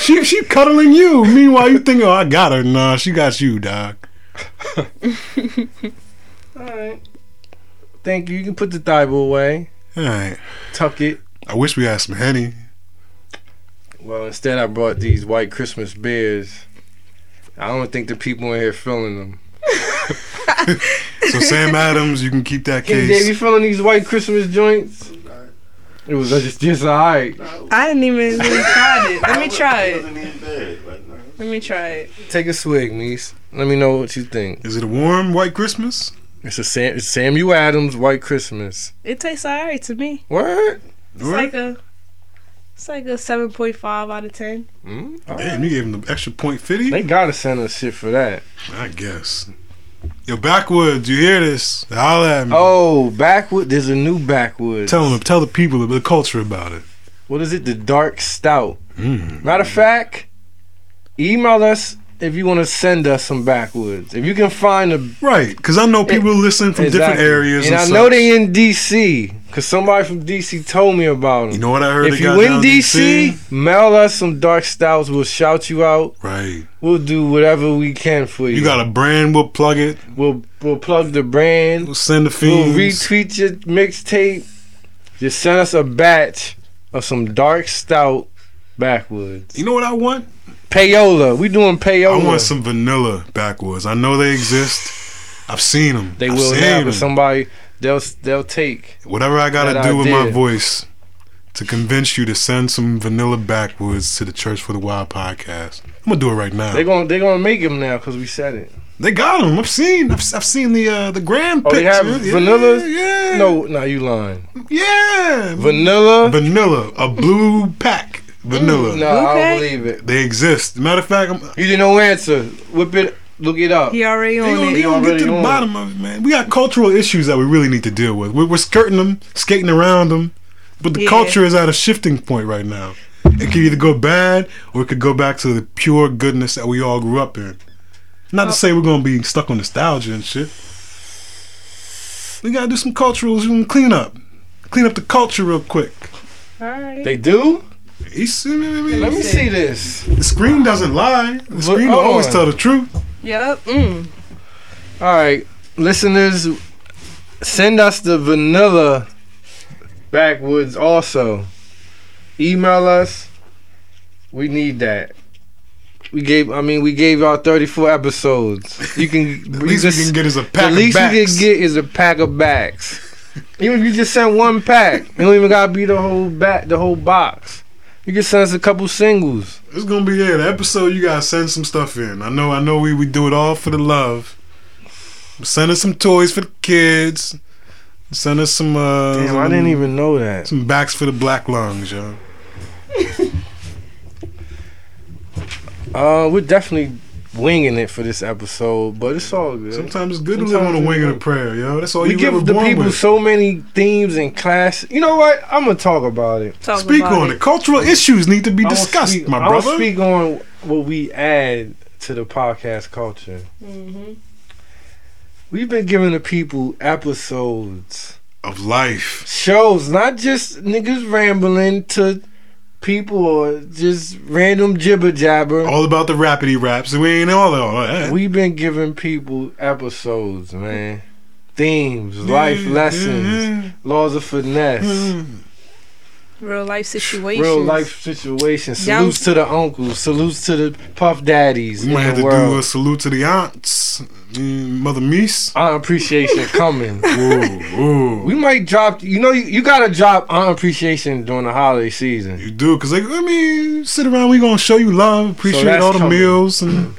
S3: she she cuddling you. Meanwhile, you think, oh, I got her. Nah, she got you, dog.
S1: All right. Thank you. You can put the Bible away,
S3: All right.
S1: tuck it.
S3: I wish we had some henny.
S1: Well, instead, I brought these white Christmas beers. I don't think the people in here feeling them.
S3: So Sam Adams, you can keep that
S1: Hey, Dave, you
S3: case.
S1: feeling these white Christmas joints? It was just just alright.
S2: I didn't even really try it. Let me try it. Let me try it.
S1: Take a swig, niece. Let me know what you think.
S3: Is it a warm white Christmas?
S1: It's a Sam, it's Samuel Adams White Christmas.
S2: It tastes alright to me.
S1: What?
S2: It's like a. It's like a seven point five out of ten.
S1: Mm?
S3: Damn, you gave him the extra point fifty.
S1: They gotta send us shit for that.
S3: I guess. Yo, backwoods, you hear this? Holla at me.
S1: Oh, backwood. There's a new backwood.
S3: Tell them, tell the people, the culture about it.
S1: what is it? The dark stout.
S3: Mm.
S1: Matter of fact, email us if you want to send us some backwoods. If you can find a
S3: Right, because I know people listen from different
S1: Exactly.
S3: areas.
S1: and,
S3: And,
S1: I know they in DC because somebody from DC told me about them.
S3: You know what I heard?
S1: if
S3: they got
S1: you in
S3: down
S1: DC, mail us some dark styles. We'll shout you out.
S3: Right.
S1: We'll do whatever we can for you.
S3: You got a brand, we'll plug it.
S1: We'll we'll plug the brand.
S3: We'll send the
S1: We'll
S3: fiends.
S1: retweet your mixtape. Just send us a batch of some dark stout backwoods.
S3: you know what I want?
S1: Payola. We doing payola.
S3: I want some vanilla backwoods. I know they exist. I've seen them.
S1: They
S3: I've
S1: will
S3: seen
S1: have
S3: 'em.
S1: it. Somebody they'll they'll take.
S3: Whatever I got
S1: that
S3: to do with my
S1: idea.
S3: voice to convince you to send some vanilla backwoods to the Church for the Wild podcast. I'm gonna do it right now.
S1: They gonna they gonna make them now because we said it.
S3: They got them. I've seen. I've, I've seen the uh, the grand.
S1: Oh, they
S3: pics,
S1: have
S3: man. Yeah,
S1: vanillas?
S3: Yeah.
S1: No, no, you lying.
S3: Yeah.
S1: Vanilla.
S3: vanilla. A blue pack. Vanilla.
S1: No, I
S2: Okay.
S1: don't believe it.
S3: They exist. Matter of fact, I'm,
S1: Mm, You didn't know answer. Whip it. Look it up.
S2: He already
S3: They
S2: on
S3: gonna,
S2: it.
S3: they gonna get to
S1: already
S3: the
S1: on it.
S3: bottom of it, man. We got cultural issues that we really need to deal with. We're, we're skirting them, skating around them, but the
S2: Yeah.
S3: culture is at a shifting point right now. It could either go bad or it could go back to the pure goodness that we all grew up in. Not
S1: Uh,
S3: to say we're gonna be stuck on nostalgia and shit. We gotta do some cultural some cleanup. Clean up the culture real quick.
S2: Alright.
S1: They do.
S3: You see what I mean?
S1: Let me see this.
S3: The screen doesn't lie. The screen will
S1: hold
S3: always
S1: on.
S3: tell the truth.
S2: Yep. Mm.
S1: All right, listeners, send us the vanilla backwoods. Also, email us. We need that. We gave. I mean, we gave out thirty-four episodes. You can.
S3: At least we
S1: just-
S3: can get is a pack
S1: The least
S3: of backs.
S1: you can get is a pack of bags. even if you just send one pack, it don't even gotta be the whole back, the whole box. You can send us a couple singles.
S3: It's gonna be yeah, the episode you gotta send some stuff in. I know I know we, we do it all for the love. Send us some toys for the kids. Send us some uh
S1: Damn, I didn't even know that.
S3: some backs for the black lungs, yo.
S1: Uh, we're definitely winging it for this episode, but it's all good.
S3: Sometimes it's good to live
S1: Sometimes
S3: on a
S1: it's
S3: wing and a
S1: good.
S3: prayer, yo. That's all
S1: we
S3: you ever
S1: give the
S3: born
S1: people
S3: with.
S1: so many themes and class. You know what? I'm gonna talk about it.
S2: Talk
S3: speak
S2: about
S3: on it. Cultural issues need to be
S1: I won't
S3: discussed,
S1: speak-
S3: my
S1: I won't
S3: brother.
S1: speak on what we add to the podcast culture.
S2: Mhm.
S1: We've been giving the people episodes.
S3: Of life.
S1: shows, not just niggas rambling to people or just random jibber jabber.
S3: All about the rapidy raps. We ain't all all that.
S1: We've been giving people episodes, man. Themes, life
S3: Mm-hmm.
S1: lessons, laws of finesse,
S2: Real life situations.
S1: real life situations.
S2: Y'all-
S1: Salutes to the uncles, salutes to the puff daddies
S3: We might
S1: in
S3: have
S1: the
S3: to do a
S1: world.
S3: salute to the aunts. Mm, Mother Meese.
S1: Our appreciation coming.
S3: Ooh, ooh.
S1: We might drop, you know, you, you gotta drop our appreciation during the holiday season.
S3: You do, cause like I mean, sit around. We gonna show you love, appreciate
S1: that's
S3: all the
S1: coming. Mm.
S3: meals, and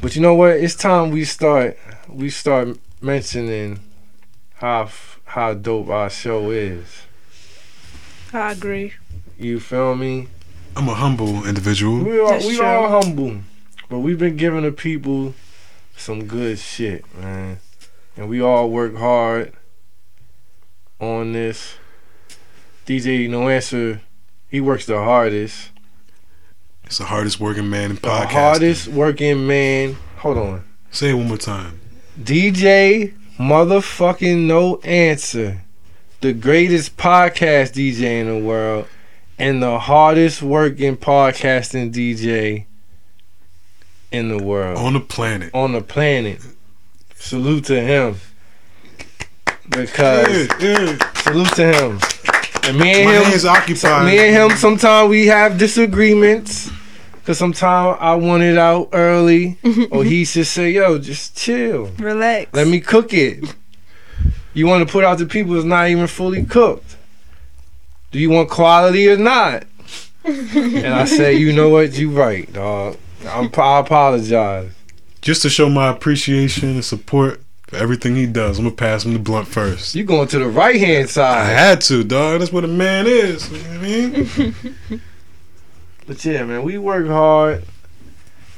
S1: But you know what? It's time we start we start mentioning how f- how dope our show is.
S2: I agree.
S1: You feel me?
S3: I'm a humble individual.
S1: We are
S2: That's
S1: we
S2: true.
S1: all humble, but we've been giving the people some good shit, man. And we all work hard on this. DJ No Answer, he works the hardest.
S3: It's the hardest working man in
S1: The
S3: podcasting.
S1: hardest working man. Hold on.
S3: Say it one more time.
S1: DJ motherfucking no answer. The greatest podcast DJ in the world and the hardest working podcasting DJ in the world
S3: On the planet.
S1: on the planet. Salute to him.
S3: Yeah,
S1: Because
S3: yeah.
S1: salute to him. And me
S3: My
S1: and him
S3: hands
S1: so
S3: occupied.
S1: me and him sometimes we have disagreements because sometimes I want it out early or he should say, yo, just chill.
S2: Relax.
S1: Let me cook it. You want to put out to people that's not even fully cooked. Do you want quality or not? and I say, you know what? You right, dog. I'm, I apologize.
S3: Just to show my appreciation and support for everything he does, I'm gonna pass him the blunt first.
S1: You going to the right hand
S3: I
S1: side.
S3: had to, dog. That's what a man is. You know what I mean?
S1: But yeah, man, we work hard.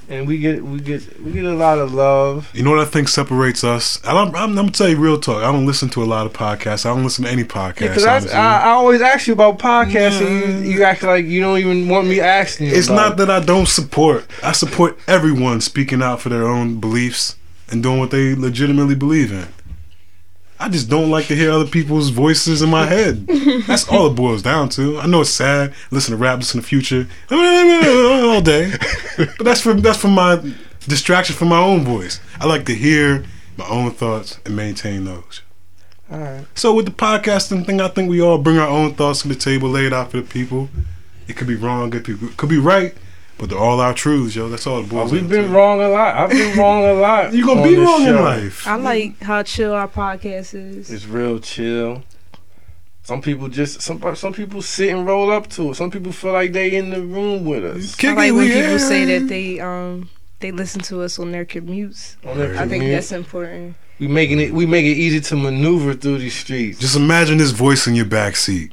S1: and we get we get we get a lot of love.
S3: You know what I think separates us? And I'm, I'm, I'm gonna tell you real talk. I don't listen to a lot of podcasts. I don't listen to any podcasts.
S1: Because
S3: honestly.
S1: I, I always ask you about podcasts,
S3: Mm-hmm.
S1: and you, you act like you don't even want me asking. You
S3: it's
S1: about
S3: not that I don't support. I support everyone speaking out for their own beliefs and doing what they legitimately believe in. I just don't like to hear other people's voices in my head. That's all it boils down to. I know it's sad. Listen to rap, listen to Future all day, but that's from that's from my distraction from my own voice. I like to hear my own thoughts and maintain those.
S1: it. All right.
S3: So with the podcasting thing, I think we all bring our own thoughts to the table, lay it out for the people. It could be wrong, it could be, could be right, but they're all our truths, yo. That's all it boils
S1: We've
S3: down
S1: been
S3: to.
S1: wrong a lot. I've been wrong a lot.
S3: You're gonna
S1: on
S3: be
S1: this
S3: wrong in
S1: show.
S3: life.
S2: I like how chill our podcast is.
S1: It's real chill. Some people just some some people sit and roll up to it. Some people feel like they in the room with us.
S2: I
S3: Kick
S2: like
S3: it,
S2: when
S3: we
S2: people say
S3: here.
S2: that they um they listen to us on their commutes.
S1: On their
S2: I think
S1: commute.
S2: that's important.
S1: we making it we make it easy to maneuver through these streets.
S3: Just imagine this voice in your backseat.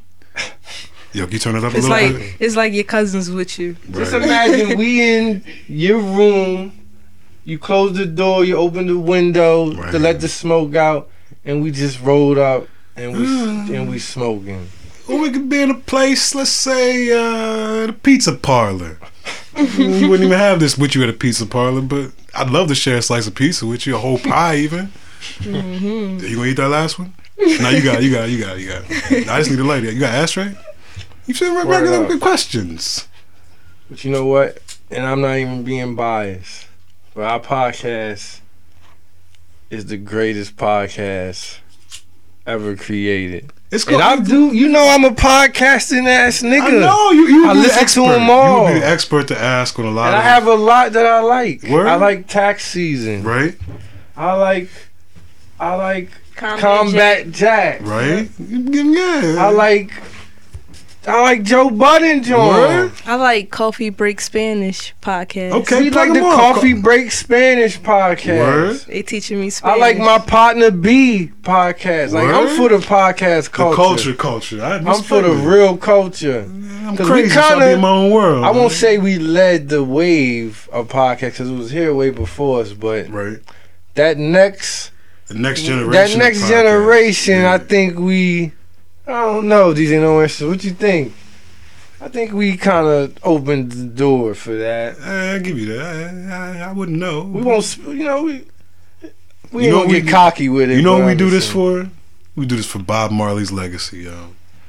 S3: Yo, can you turn it up a
S2: It's
S3: little
S2: like
S3: bit?
S2: it's like your cousins with you.
S1: Just
S3: Right.
S1: imagine we in your room. You close the door. You open the window
S3: Right.
S1: to let the smoke out, and we just rolled up and we and we smoking.
S3: Or we could be in a place, let's say, uh, the pizza parlor. you wouldn't even have this with you at a pizza parlor, but I'd love to share a slice of pizza with you, a whole pie even. You gonna eat that last one? no, you got, it, you got, it, you got, it, you got. it. I just need a light. You got ashtray? You should re-
S1: Word
S3: regular
S1: up.
S3: good questions.
S1: But you know what? And I'm not even being biased. But our podcast is the greatest podcast ever created.
S3: It's
S1: And I do, you know, I'm a podcasting ass nigga.
S3: I know you. you
S1: I
S3: would be
S1: listen to
S3: expert.
S1: them
S3: You
S1: all.
S3: would be the expert to ask on a lot
S1: And
S3: of
S1: I have a lot that I like.
S3: Word?
S1: I like tax season.
S3: right,
S1: I like, I like
S2: Combat
S1: combat jack.
S3: right. Yeah,
S1: I like, I like Joe Budden
S3: Word?
S1: joint.
S2: I like Coffee Break Spanish podcast.
S3: Okay,
S1: We
S3: plug
S1: like the
S3: them all.
S1: Coffee Break Spanish podcast.
S3: Word.
S2: They teaching me
S1: I
S2: Spanish.
S1: like my partner B podcast. Like
S3: Word?
S1: I'm for the podcast
S3: The
S1: culture.
S3: culture, culture. I
S1: I'm for the real culture.
S3: I'm
S1: 'Cause
S3: crazy.
S1: we
S3: so I be
S1: kinda-
S3: in my own world.
S1: I won't
S3: man.
S1: say we led the wave of podcasts because it was here way before us, but
S3: Right.
S1: that next
S3: The next generation.
S1: that
S3: of
S1: next
S3: podcasts.
S1: generation,
S3: Yeah.
S1: I think we. I don't know, DJ No Answer. What you think? I think we kind of opened the door for that.
S3: Eh, I give you that. Eh, I, I, I wouldn't know.
S1: We won't, sp- you know, we we
S3: You know
S1: don't
S3: we-
S1: get cocky with it.
S3: You know
S1: but
S3: what we
S1: I'm
S3: do
S1: just
S3: this
S1: saying-
S3: for? We do this for Bob Marley's legacy, yo.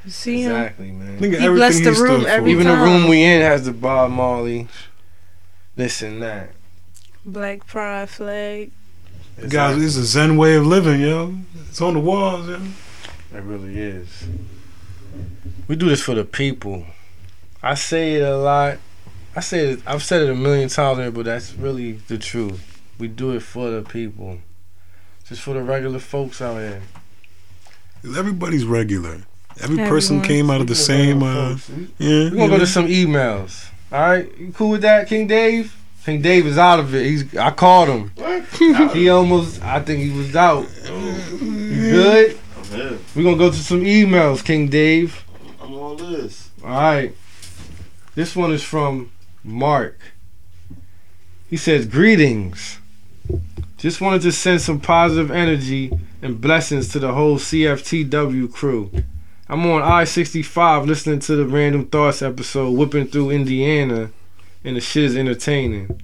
S2: See him.
S1: Exactly, man.
S2: He
S3: Nigga, everything
S2: blessed the
S3: he stood
S2: room
S3: for.
S2: every
S1: Even
S2: time.
S1: the room we in has the Bob Marley. This and that.
S2: Black Pride flag.
S3: Guys, it's a Zen way of living, yo. It's on the walls, yo.
S1: it really is. We do this for the people. I say it a lot. I say it. I've said it a million times, here, but that's really the truth. We do it for the people, just for the regular folks out here.
S3: Everybody's regular. Every person
S2: Everyone.
S3: came out of the same. Uh, yeah.
S1: We're gonna go to some emails. All right, you cool with that, King Dave? King Dave is out of it. He's. I called him. he almost. I think he was out. You good?
S9: Yeah,
S1: We're gonna go to some emails, King Dave.
S9: I'm all this.
S1: All right. This one is from Mark. He says, Greetings. Just wanted to send some positive energy and blessings to the whole CFTW crew. I'm on I 65 listening to the Random Thoughts episode, whipping through Indiana, and the shit is entertaining.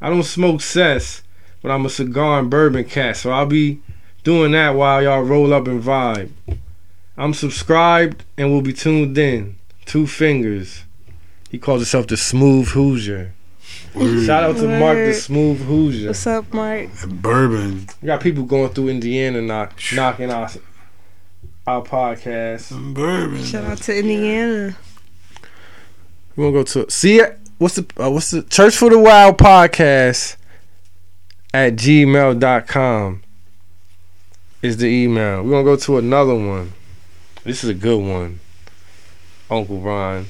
S1: I don't smoke cess, but I'm a cigar and bourbon cat, so I'll be doing that while y'all roll up and vibe. I'm subscribed and will be tuned in. Two fingers. He calls himself the Smooth Hoosier.
S3: Mm.
S1: Shout out to Mark the
S2: Word.
S1: Smooth Hoosier.
S2: What's up, Mark?
S3: Bourbon.
S1: We got people going through Indiana knock, knocking our, our podcast.
S3: Bourbon.
S2: Shout out to Indiana.
S1: We're gonna go to see what's the uh, what's the Church for the Wild podcast at gmail.com is the email. We're gonna go to another one. This is a good one. Uncle Ron.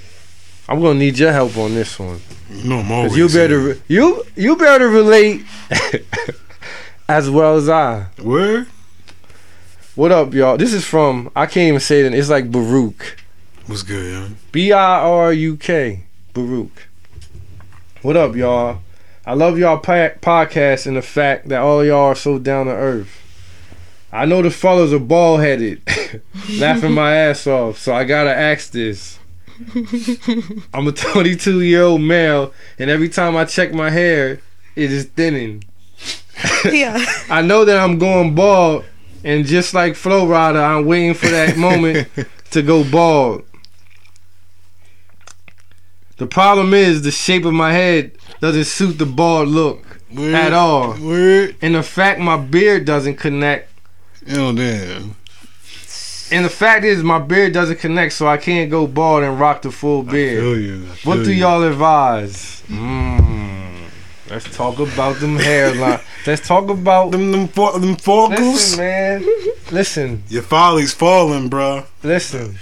S1: I'm gonna need your help on this one.
S3: No, I'm always.
S1: Cause you better re- you you better relate as well as I.
S3: Where?
S1: What up, y'all? This is from I can't even say it. It's like Baruch,
S3: What's good, yo?
S1: B I R U K, Baruch. What up, y'all? I love y'all pa- podcast and the fact that all y'all are so down to earth. I know the fellas are bald headed, laughing my ass off, so I gotta ask this. I'm a 22 year old male, and every time I check my hair, it is thinning.
S2: Yeah.
S1: I know that I'm going bald, and just like Flo Rida, I'm waiting for that moment to go bald. The problem is the shape of my head doesn't suit the bald look
S3: Word,
S1: at all,
S3: Word.
S1: and the fact my beard doesn't connect.
S3: Oh damn.
S1: And the fact is my beard doesn't connect, so I can't go bald and rock the full beard.
S3: Feel you. I
S1: What
S3: feel
S1: do
S3: you.
S1: y'all advise? Mm, let's talk about them hairline. Let's talk about
S3: Them them fo- them fogles.
S1: Listen, man. Listen,
S3: Your folly's falling, bro.
S1: listen.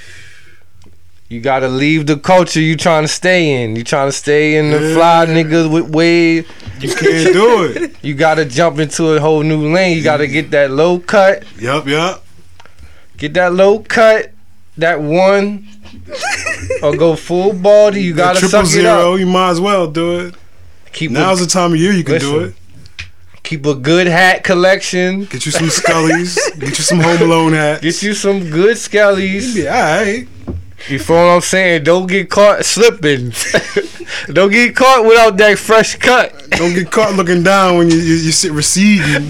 S1: You gotta leave the culture you trying to stay in. You trying to stay in the fly niggas with wave.
S3: You can't do it.
S1: You gotta jump into a whole new lane. You gotta get that low cut.
S3: Yup, yup.
S1: Get that low cut. That one. or go full baldy. You gotta
S3: triple
S1: suck it
S3: zero.
S1: up.
S3: You might as well do it.
S1: Keep
S3: Now's
S1: a,
S3: the time of year you can do
S1: Listen.
S3: it.
S1: keep a good hat collection.
S3: Get you some Scullies. get you some Home Alone hats.
S1: Get you some good skellies.
S3: Yeah, all right.
S1: You feel what I'm saying? Don't get caught slipping. Don't get caught without that fresh cut.
S3: Don't get caught looking down when you you, you sit receding.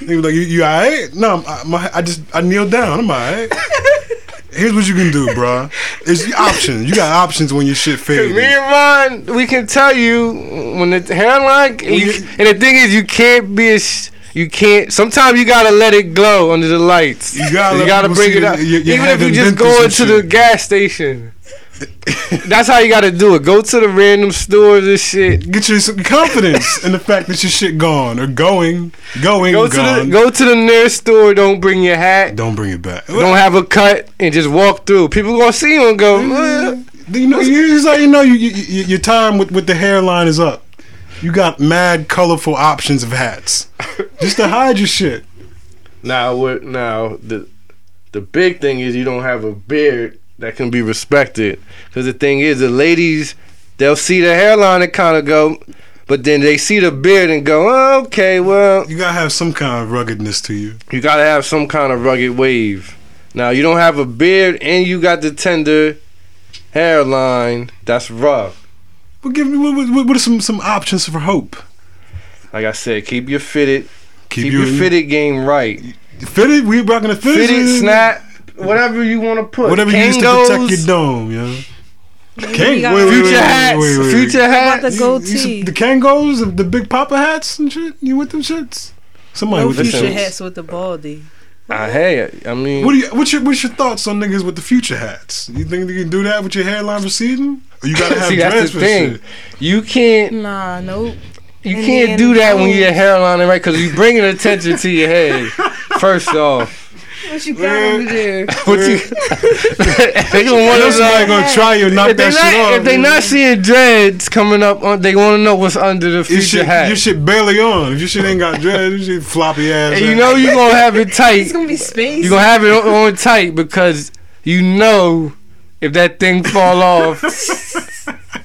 S3: they be like, you, you all right? No, I'm, I, my, I just I kneel down. I'm all right. Here's what you can do, bro. It's the options. You got options when your shit faded.
S1: Me and Ron, we can tell you when the hairline. You, and the thing is, you can't be a. Sh- you can't. Sometimes you gotta let it glow under the lights.
S3: You gotta let people
S1: bring
S3: see
S1: it
S3: that
S1: up.
S3: you- you
S1: Even if you
S3: haven't
S1: just
S3: been through
S1: go into
S3: some
S1: the
S3: shit.
S1: gas station. That's how you gotta do it. Go to the random stores and shit.
S3: Get your some confidence in the fact that your shit gone or going, going,
S1: Go to
S3: gone.
S1: the go to the nearest store. Don't bring your hat.
S3: Don't bring it back.
S1: Don't have a cut and just walk through. People gonna see you and go.
S3: Mm-hmm.
S1: "Eh."
S3: You know, you- it's like you know, you, you, you- your time with, with the hairline is up. You got mad colorful options of hats just to hide your shit.
S1: Now, what? Now the the big thing is you don't have a beard that can be respected. Because the thing is, the ladies they'll see the hairline and kind of go, but then they see the beard and go, "Oh, okay, well,
S3: You gotta have some kind of ruggedness to you.
S1: you gotta have some kind of rugged wave. Now you don't have a beard and you got the tender hairline. That's rough.
S3: But give me what, what, what are some some options for hope?
S1: Like I said, keep your fitted, keep,
S3: you
S1: your fitted game right.
S3: Fitted. We rocking the fitted.
S1: Fitted, snap, whatever you want to put.
S3: Whatever you use to
S1: Kangos.
S3: protect your dome, yeah.
S2: We
S3: King,
S2: got-
S3: wait, wait,
S1: Future
S3: wait,
S1: hats,
S3: wait, wait, wait.
S1: future hats.
S2: About the goatee.
S3: the Kangos, the, the big Papa hats and shit. You with them shits? Somebody
S2: No
S3: with them
S1: future
S2: future
S3: shits.
S2: hats with the baldy.
S1: I hey, I mean,
S3: What do you, what's your what's your thoughts on niggas with the future hats? You think they can do that with your hairline receding? Or you gotta have
S1: see
S3: dreads
S1: that's
S3: for
S1: the thing.
S3: shit?
S1: You can't,
S2: Nah, nope.
S1: you
S2: And
S1: can't
S2: then
S1: do that when
S2: clothes.
S1: your hairline is right because you're bringing attention to your head. First off,
S2: What you got over there?
S1: what you, they gonna want
S3: That's
S1: to
S3: somebody
S1: know.
S3: gonna try you and knock
S1: If they,
S3: that shit
S1: not,
S3: off.
S1: if they not seeing dreads coming up, on, they want to know what's under the
S3: your
S1: future
S3: shit,
S1: hat.
S3: your shit barely on. If your shit ain't got dreads, your shit floppy ass.
S1: and you know you gonna have it tight.
S2: It's gonna be space.
S1: You gonna have it on, on tight because you know if that thing fall off.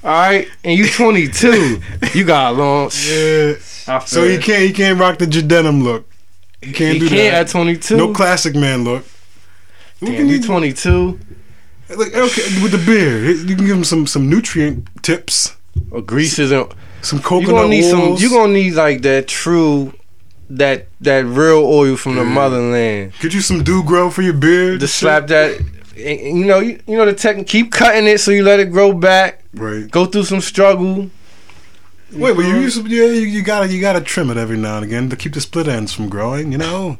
S1: All right, and you 22, you got a long.
S3: Yeah.
S1: I feel
S3: So he
S1: it.
S3: can't he can't rock the Jadenim look. He can't
S1: He
S3: do
S1: can't at
S3: that.
S1: 22.
S3: No classic man look. We
S1: Damn,
S3: can
S1: you
S3: need
S1: 22.
S3: like okay with the beard. You can give him some some nutrient tips,
S1: Or grease isn't.
S3: some
S1: You
S3: coconut
S1: gonna need some.
S3: oils.
S1: You gonna need like that true, that that real oil from the motherland
S3: get you some do grow for your beard.
S1: to
S3: and shit.
S1: slap that. and- and You know, you, you know the tech. Keep cutting it so you let it grow back.
S3: right.
S1: Go through some struggle.
S3: Wait, but you use yeah, you, you gotta you gotta trim it every now and again to keep the split ends from growing, you know.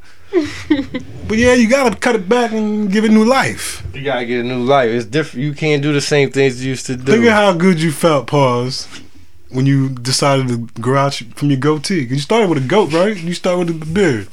S3: but yeah, you gotta cut it back and give it new life.
S1: You gotta get a new life. It's different. You can't do the same things you used to do.
S3: Think of how good you felt, pause, when you decided to grow out your- from your goatee. 'Cause you started with a goat, right? You started with a beard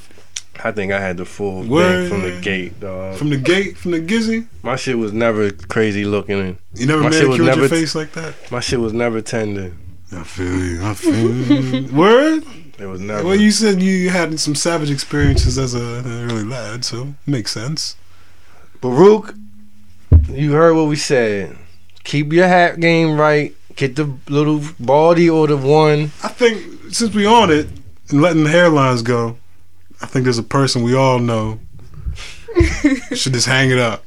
S1: I think I had the full thing
S3: Word.
S1: from the gate, dog.
S3: from the gate, from the gizzy.
S1: My shit was never crazy looking.
S3: You never
S1: My shit was
S3: manicured
S1: never
S3: your
S1: t-
S3: face like that.
S1: My shit was never tender.
S3: I feel you. I feel you. Word.
S1: It was never.
S3: Well, you said you had some savage experiences as a early lad, so makes sense.
S1: Baruch, you heard what we said. Keep your hat game right. Get the little baldy or the one.
S3: I think since we on it and letting the hairlines go, I think there's a person we all know should just hang it up.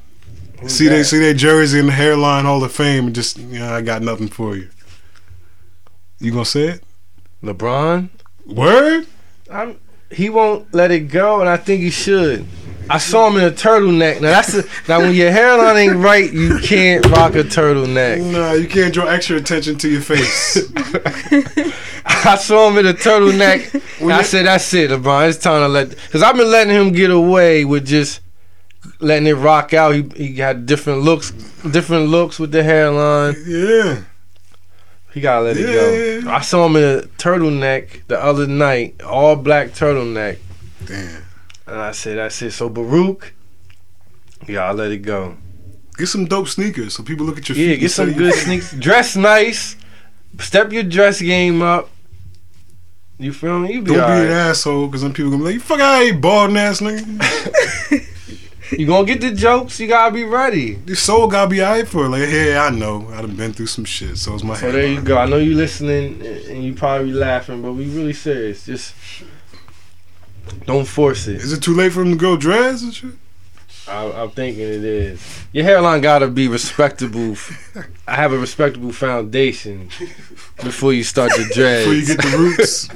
S3: see they
S1: that?
S3: see their jersey in the hairline Hall of Fame and just you know, I got nothing for you. You gonna say it?
S1: LeBron.
S3: Word?
S1: I'm, he won't let it go, and I think he should. I saw him in a turtleneck. Now that's a, now when your hairline ain't right, you can't rock a turtleneck.
S3: Nah, you can't draw extra attention to your face.
S1: I saw him in a turtleneck. and I said, "That's it, LeBron. It's time to let." Because I've been letting him get away with just letting it rock out. He he got different looks, different looks with the hairline.
S3: yeah.
S1: He gotta let it
S3: Yeah,
S1: go.
S3: yeah, yeah.
S1: I saw him in a turtleneck the other night, all black turtleneck,
S3: Damn.
S1: and I said, "That's it." So Baruch, you gotta let it go.
S3: Get some dope sneakers so people look at your feet.
S1: Yeah,
S3: and
S1: get some
S3: say-
S1: good sneaks. Dress nice. Step your dress game up. You feel me? You be
S3: Don't
S1: all
S3: be an
S1: right.
S3: asshole, because then people gonna be like, "You fuck out, of here, balding ass nigga."
S1: You gonna get the jokes. You gotta be ready.
S3: Your soul gotta be alright for it. Like, hey, I know, I done been through some shit, so it's my.
S1: So there you
S3: hairline.
S1: go. I know you listening and you probably laughing, but we really serious. Just don't force it.
S3: Is it too late for him to grow dreads and shit?
S1: I, I'm thinking it is. Your hairline gotta be respectable. f- I have a respectable foundation before you start the dreads.
S3: Before you get the roots.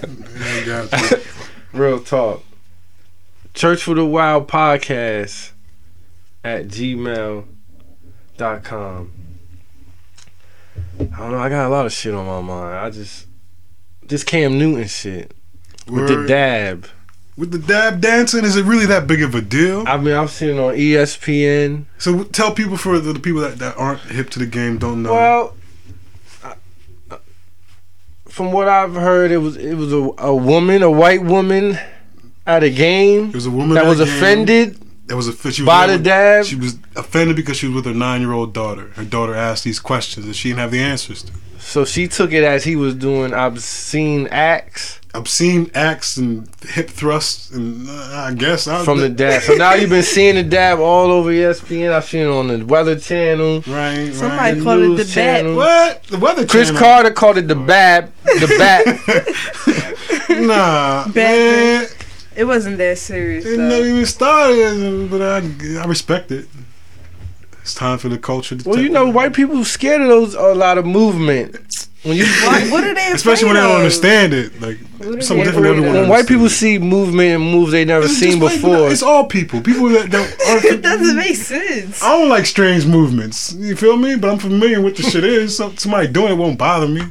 S3: Yeah, got you.
S1: Real talk. Church for the Wild podcast at gmail.com. I don't know. I got a lot of shit on my mind. I just. This Cam Newton shit with the
S3: Word.
S1: dab.
S3: With the dab dancing, is it really that big of a deal?
S1: I mean, I've seen it on E ESPN.
S3: So tell people for the, the people that, that aren't hip to the game don't know.
S1: Well, I- I- from what I've heard, it was it was a, a woman, a white woman, at a game
S3: it was a woman
S1: that was
S3: game
S1: offended
S3: That was a she was
S1: by
S3: there
S1: the
S3: with-
S1: dab.
S3: She was offended because she was with her nine year old daughter. Her daughter asked these questions that she didn't have the answers to.
S1: So she took it as he was doing obscene acts
S3: Obscene acts and hip thrusts, and uh, I guess I
S1: from the dab. So now you've been seeing the dab all over E ESPN. I've seen it on the Weather Channel.
S2: Somebody
S3: right. right.
S1: the
S2: called it
S1: news
S2: the
S1: channel.
S2: bat.
S3: what the weather?
S1: Chris
S3: channel.
S1: Carter called it the bab, the bat.
S3: nah, man,
S2: Batman. It wasn't that serious.
S3: it
S2: though.
S3: never even started. But I, I respect it. It's time for the culture. To
S1: well, you
S3: take-
S1: know, white people scared of those a lot of movement. When you
S2: Why- what are they?
S3: especially when they
S2: afraid
S3: don't
S2: of?
S3: understand it. Like
S2: What are
S3: something
S2: they
S3: different.
S2: afraid
S3: Everyone.
S2: of?
S1: when white people see movement and moves they never
S3: It's
S1: seen
S3: just white people.
S1: before,
S3: it's all people. People that
S2: It
S3: don't. Are,
S2: doesn't make sense.
S3: I don't like strange movements. You feel me? But I'm familiar with the shit is. So somebody doing it won't bother me.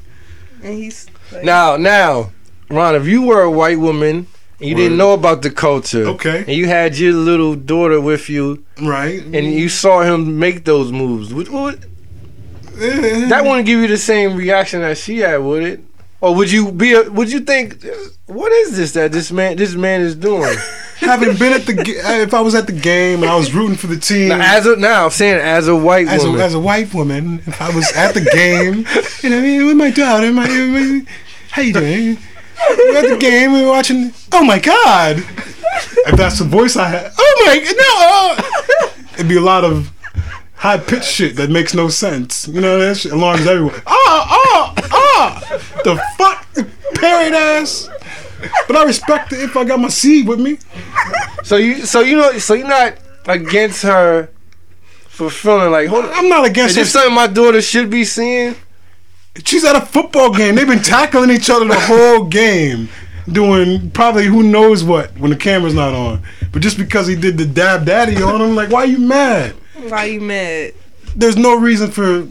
S2: And he's like,
S1: Now, now, Ron, if you were a white woman and you didn't
S3: Word.
S1: know about the culture,
S3: Okay.
S1: and you had your little daughter with you,
S3: Right?
S1: and you saw him make those moves, would, would, that wouldn't give you the same reaction that she had, would it? Or would you be? A, would you think, what is this that this man this man is doing?
S3: having been at the ga- if I was at the game and I was rooting for the team.
S1: now, as of now, I'm saying as a white
S3: as a,
S1: woman,
S3: as a white woman, if I was at the game, you know, I mean, with my daughter, my, my how you doing? We're at the game, we're watching. Oh my God! If that's the voice I had, oh my no, oh. it'd be a lot of high pitched shit that makes no sense. You know, that shit alarms everyone. Ah, ah, ah! The fuck, parrot ass. But I respect it if I got my seed with me.
S1: so you so you know so you're not against her fulfilling like hold on.
S3: I'm not against
S1: Is
S3: it.
S1: this something my daughter should be seeing?
S3: She's at a football game. They've been tackling each other the whole game, doing probably who knows what when the camera's not on. But just because he did the dab daddy on him, like, why you mad?
S2: why you mad?
S3: There's no reason for.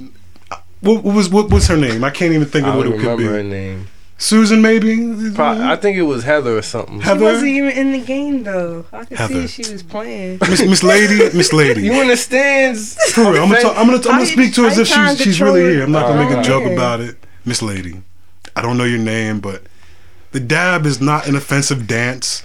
S3: What, what was what, what's her name? I can't even think
S1: I
S3: of what
S1: don't
S3: it could
S1: remember
S3: be.
S1: her name.
S3: Susan, maybe.
S1: Pro- I think it was Heather or something.
S2: She wasn't
S3: Mm-hmm. Heather.
S2: even in the game though. I could
S3: Heather.
S2: see she was playing.
S3: Miss, Miss Lady, Miss Lady.
S1: You in the stands?
S3: For real, I'm gonna, talk, I'm gonna, I'm
S2: How
S3: gonna
S2: you-
S3: speak to her as
S2: how
S3: if
S2: you trying
S3: she's,
S2: to
S3: she's really
S2: control
S3: here. I'm not gonna make a
S1: Alright.
S3: joke about it, Miss Lady. I don't know your name, but the dab is not an offensive dance.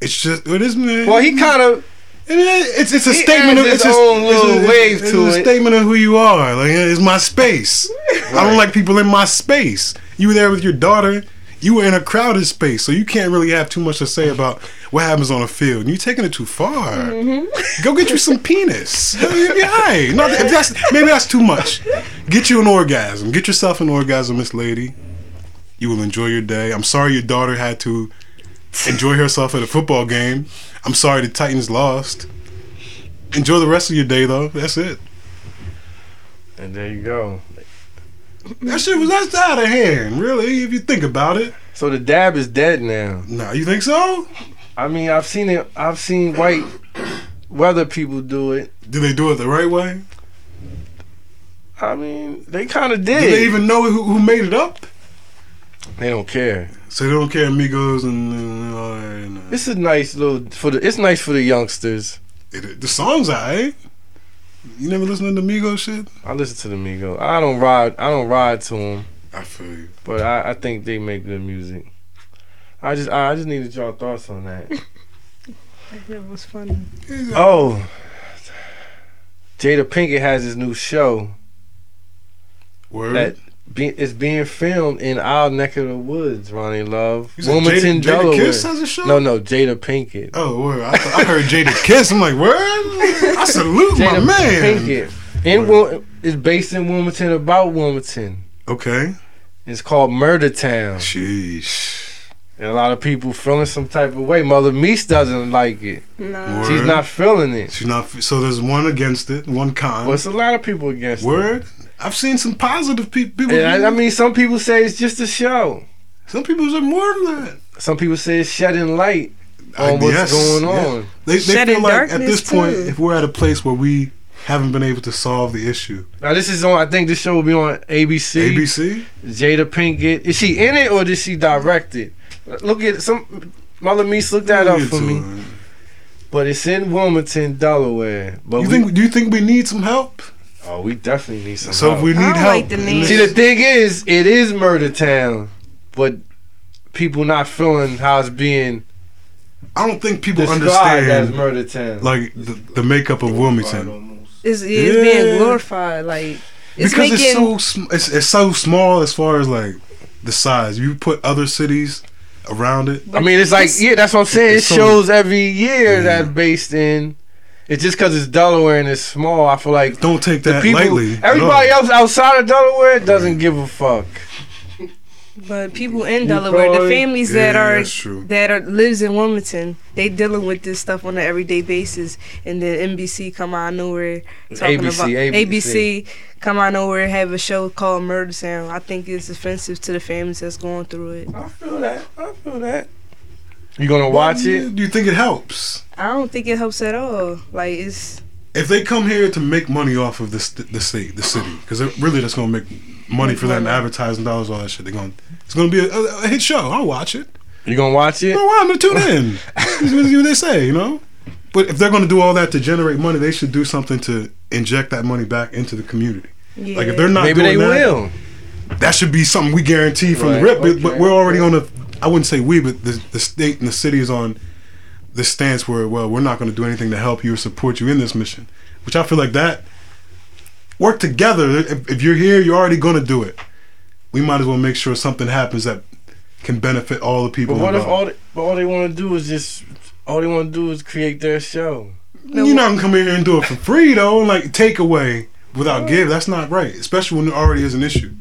S3: It's just it is.
S1: Well, he kind of.
S3: It is- It's it's a
S1: He
S3: statement of
S1: adds
S3: it's
S1: his
S3: a-
S1: own
S3: it's a-
S1: little
S3: it's a-
S1: wave
S3: it's
S1: to
S3: a
S1: it.
S3: statement of who you are. Like it's my space. I don't like people in my space. You were there with your daughter. You were in a crowded space, so you can't really have too much to say about what happens on a field. And you're taking it too far.
S1: Mm-hmm.
S3: Go get you some penis. You'll be all right. Not that- if that's- maybe that's too much. Get you an orgasm. Get yourself an orgasm, Miss Lady. You will enjoy your day. I'm sorry your daughter had to enjoy herself at a football game. I'm sorry the Titans lost. Enjoy the rest of your day, though. That's it.
S1: And there you go.
S3: That shit was that's out of hand, really. If you think about it.
S1: So the dab is dead now.
S3: Nah, you think so?
S1: I mean, I've seen it. I've seen white weather people do it.
S3: Do they do it the right way?
S1: I mean, they kind of did.
S3: Do they even know who, who made it up?
S1: They don't care.
S3: So they don't care, amigos, and, and all that. And, uh,
S1: It's a nice little for the. It's nice for the youngsters.
S3: it, the songs, alright. You never listen to Migos shit?
S1: I listen to the Migos. I don't ride. I don't ride to them,
S3: I feel you.
S1: but I, I think they make good music. I just I just needed y'all thoughts on that.
S2: It was funny.
S1: oh, Jada Pinkett has this new show
S3: Word.
S1: that be, it's being filmed in our neck of the woods. Ronnie Love,
S3: You said
S1: Wilmington,
S3: Jada- Jada
S1: Delaware.
S3: Kiss has a show?
S1: No, no, Jada Pinkett.
S3: Oh, word. I, I heard Jada Kiss. I'm like, word? I salute
S1: Jada
S3: my man.
S1: Pinkett. In Wil- it's based in Wilmington, about Wilmington.
S3: Okay.
S1: It's called Murder Town.
S3: Sheesh.
S1: And a lot of people feeling some type of way. Mother Meese doesn't like it.
S2: Nah.
S1: She's
S3: Word.
S1: not feeling it.
S3: She's not. So there's one against it, one con.
S1: Well, it's a lot of people against it.
S3: word? I've seen some positive pe- people.
S1: And I, I mean, some people say it's just a show.
S3: some people are more than that.
S1: Some people say it's shedding light
S3: I-
S1: on what's
S3: yes,
S1: going
S3: yeah.
S1: on.
S3: They, they
S2: Shedding
S3: feel like at
S2: darkness,
S3: this point,
S2: too.
S3: if we're at a place where we haven't been able to solve the issue,
S1: Now, this is on, I think this show will be on ABC.
S3: ABC,
S1: Jada Pinkett. Is she in it or did she direct it? Look at some. Mother Meese looked that
S3: We'll
S1: up
S3: get
S1: for
S3: to
S1: me.
S3: it.
S1: But it's in Wilmington, Delaware. But
S3: You
S1: we,
S3: think? Do you think we need some help?
S1: oh, we definitely need some.
S3: So
S1: help.
S3: if we
S2: I
S3: need
S2: don't
S3: help,
S2: like the name.
S1: See, the thing is, it is Murder Town, but people not feeling how it's being
S3: I don't think people
S1: described as
S3: understand
S1: Murder Town.
S3: like the, the makeup of Wilmington
S2: It's, it's being
S3: Yeah.
S2: glorified. Like it's
S3: because
S2: making
S3: it's so sm- it's, it's so small as far as like the size. You put other cities around it.
S1: I mean, it's like yeah, that's what I'm saying. It
S3: It's so-
S1: shows every year that based in. It's just because it's Delaware and it's small. I feel like
S3: Don't take
S1: the
S3: that
S1: people,
S3: lightly. at
S1: everybody
S3: all.
S1: else outside of Delaware doesn't give a fuck.
S2: But people in Delaware,
S1: probably-
S2: the families that
S3: Yeah,
S2: are
S3: that's true.
S2: that are lives in Wilmington, they dealing with this stuff on an everyday basis. And then NBC come out of nowhere talking
S1: ABC,
S2: about
S1: ABC.
S2: ABC come out of nowhere have a show called Murder Sound. I think it's offensive to the families that's going through it.
S1: I feel that. I feel that. You gonna watch it?
S3: Do you think it helps?
S2: I don't think it helps at all. Like it's
S3: If they come here to make money off of this, the state, the city, because really that's going to make money for them, advertising dollars, all that shit. They're going. to It's going to be a, a, a hit show. I'll watch it.
S1: You gonna watch it?
S3: No, why? I'm going to tune in. That's what they say, you know. But if they're going to do all that to generate money, they should do something to inject that money back into the community.
S2: yeah.
S3: Like if they're not
S1: Maybe they
S3: doing that,
S1: will.
S3: that should be something we guarantee from the
S1: Right,
S3: rip. but- But
S1: okay,
S3: we're already
S1: okay.
S3: on a. I wouldn't say we, but the, the state and the city is on the stance where well, we're not going to do anything to help you or support you in this mission. Which I feel like that work together. If, if you're here, you're already going to do it. We might as well make sure something happens that can benefit all the people.
S1: But what if
S3: involved.
S1: all? They, but all they want to do is just all they want to do is create their show.
S3: You're not gonna come in here and do it for free though. Like take away without give. That's not right. Especially when it already is an issue.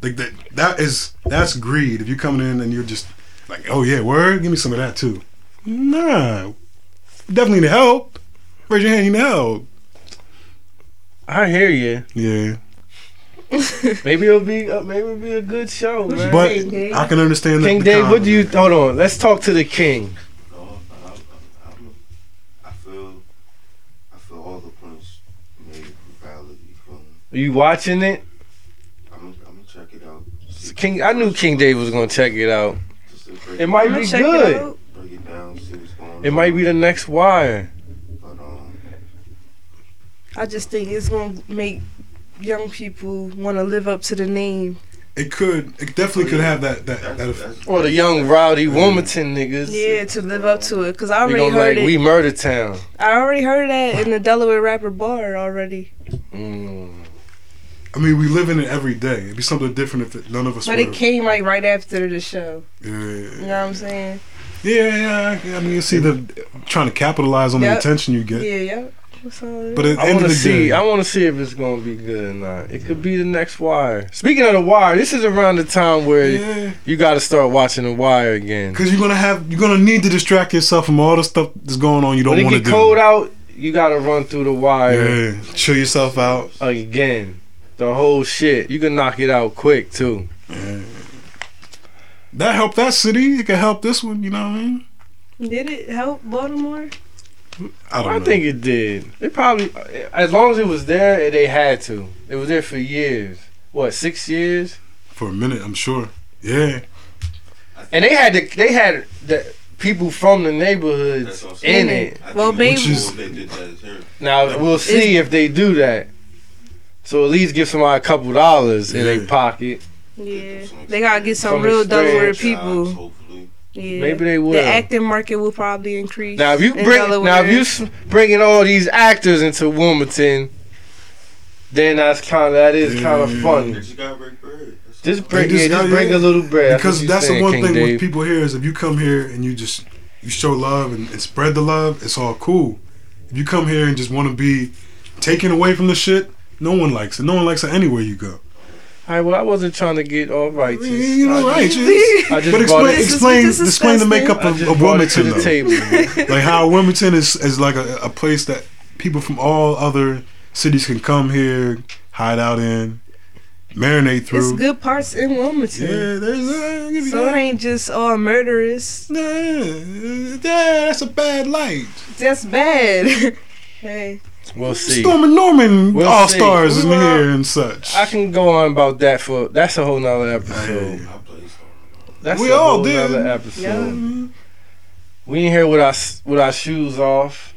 S3: Like that. That is that's greed. If you're coming in and you're just like, oh yeah, word, give me some of that too. Nah, definitely need help. Raise your hand. You need help.
S1: I hear you.
S3: Yeah,
S1: Maybe it'll be uh, maybe it'll be a good show, man.
S3: but I can understand that.
S1: King
S3: the
S1: Dave, what do you
S3: con-
S1: hold on? Let's talk to the king.
S8: No, I, I, I'm, I feel, I feel all the points made validly from.
S1: Are you watching it?
S8: I'm, I'm gonna check it out. See,
S1: King, I knew King Dave was gonna check it out.
S8: Just to break,
S1: It might
S2: I'll
S1: be
S2: check it
S1: good.
S2: out.
S8: break it down, see what's going on.
S1: It might be the next wire.
S8: But um,
S2: I just think it's gonna make young people want to live up to the name.
S3: It could. It definitely could have that. That.
S8: that's,
S3: that
S8: that's,
S3: effect.
S1: Or the young rowdy Wilmington niggas.
S2: Yeah, to live up to it. Cause I
S1: We
S2: already
S1: gonna
S2: heard
S1: like
S2: it.
S1: we murder town.
S2: I already heard that in the Delaware rapper bar already.
S1: Mm.
S3: I mean, we live in it every day. It'd be something different if it, none of us.
S2: But
S3: were,
S2: it came like right after the show.
S3: Yeah.
S2: You know what I'm saying?
S3: Yeah, yeah. I mean, you see the trying to capitalize on
S2: Yep.
S3: the attention you
S2: Yeah,
S3: get.
S2: yeah. What's all this?
S3: But at the
S1: I
S3: end
S1: want
S3: of
S1: to
S3: the
S1: see.
S3: day,
S1: I want to see if it's gonna be good or not. It could be the next Wire. Speaking of the Wire, this is around the time where
S3: Yeah.
S1: you got to start watching the Wire again.
S3: because you're gonna have you're gonna need to distract yourself from all the stuff that's going on. You
S1: When
S3: don't
S1: it
S3: want to
S1: get
S3: do.
S1: cold out, you got to run through the Wire
S3: yeah, chill yourself out.
S1: again. The whole shit. You can knock it out quick too.
S3: That helped that city. It could help this one. You know what I mean?
S2: Did it help Baltimore?
S3: I don't
S1: I
S3: know.
S1: think it did. It probably, as long as it was there, they had to. It was there for years. What six years?
S3: for a minute, I'm sure. Yeah,
S1: And they had the they had the people from the neighborhoods
S9: That's what I'm
S1: in
S9: saying.
S1: it.
S9: I
S2: Well,
S9: think
S2: maybe-
S9: it's cool they did that here.
S1: Now we'll see if they do that. So at least give somebody a couple dollars in their
S3: Yeah.
S1: pocket.
S2: Yeah, they gotta get some
S1: From
S2: real
S1: experience,
S2: Delaware
S9: Jobs,
S2: people.
S9: hopefully.
S2: Yeah,
S1: Maybe they will.
S2: The acting market will probably increase.
S1: Now if you
S2: in
S1: bring now if
S2: Delaware.
S1: you s- bringing all these actors into Wilmington, then that's kind of that is kind of
S3: Yeah.
S9: They
S1: funny.
S9: just gotta break bread. That's
S1: Just
S9: all.
S1: bring
S3: just
S1: yeah, just
S3: got-
S1: bring
S3: yeah.
S1: a little bread.
S3: because
S1: what you
S3: that's
S1: saying,
S3: the one
S1: King
S3: thing
S1: Dave.
S3: with people here is if you come here and you just you show love and, and spread the love, it's all cool. If you come here and just want to be taken away from the shit, no one likes it. No one likes it anywhere you go.
S1: All right, well, I wasn't trying to get all
S3: I
S1: righteous.
S3: mean, you know,
S1: I
S3: right?
S1: just-
S3: just-
S1: I just
S3: but
S1: brought
S3: explain,
S1: it-
S3: explain,
S2: This is
S3: explain the
S2: disgusting.
S3: makeup
S1: I
S3: of,
S1: just
S3: of
S1: brought it to
S3: Wilmington,
S1: the
S3: though.
S1: table.
S3: like how Wilmington is is like a, a place that people from all other cities can come here, hide out in, marinate
S2: it's
S3: through.
S2: good parts in Wilmington.
S3: Yeah, there's uh, I'll give you
S2: So it
S3: that.
S2: ain't just all murderous.
S3: Nah, yeah, that's a bad light.
S2: That's bad. hey,
S1: We'll see.
S3: Storm and Norman
S1: We'll
S3: all
S1: see.
S3: stars is in
S1: Well,
S3: here and such.
S1: I can go on about that for that's a whole nother episode.
S9: I play Star Wars.
S1: That's
S3: We
S1: a
S3: all
S1: whole
S3: did.
S1: nother episode.
S2: Yeah.
S1: We in here with our s- with our shoes off.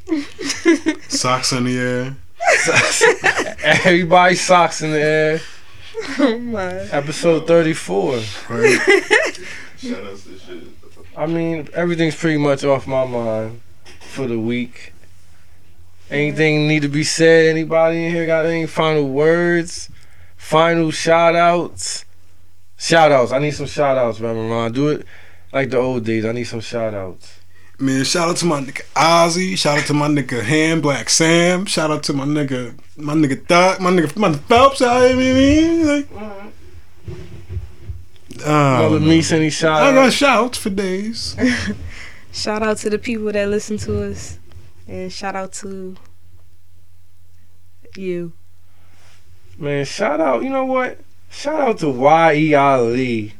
S3: Socks in the air.
S1: Everybody socks in the air.
S2: oh my.
S1: Episode thirty four.
S3: Right?
S9: Shout outs to shit.
S1: I mean, everything's pretty much off my mind for the week. Anything need to be said? Anybody in here got any final words? Final shout outs? Shout outs. I need some shout outs, Ramadan. Do it like the old days. I need some shout outs.
S3: Man, shout out to my nigga Ozzy. Shout out to my nigga Ham Black Sam. Shout out to my nigga, my nigga Doc. My nigga, my Phelps. I mean, like,
S1: Brother
S3: um,
S1: Meese, any shout
S3: I got
S1: outs?
S3: shouts for days.
S2: Shout out to the people that listen to us, and shout out to you.
S1: Man, shout out. You know what? Shout out to E Y.E. Ali.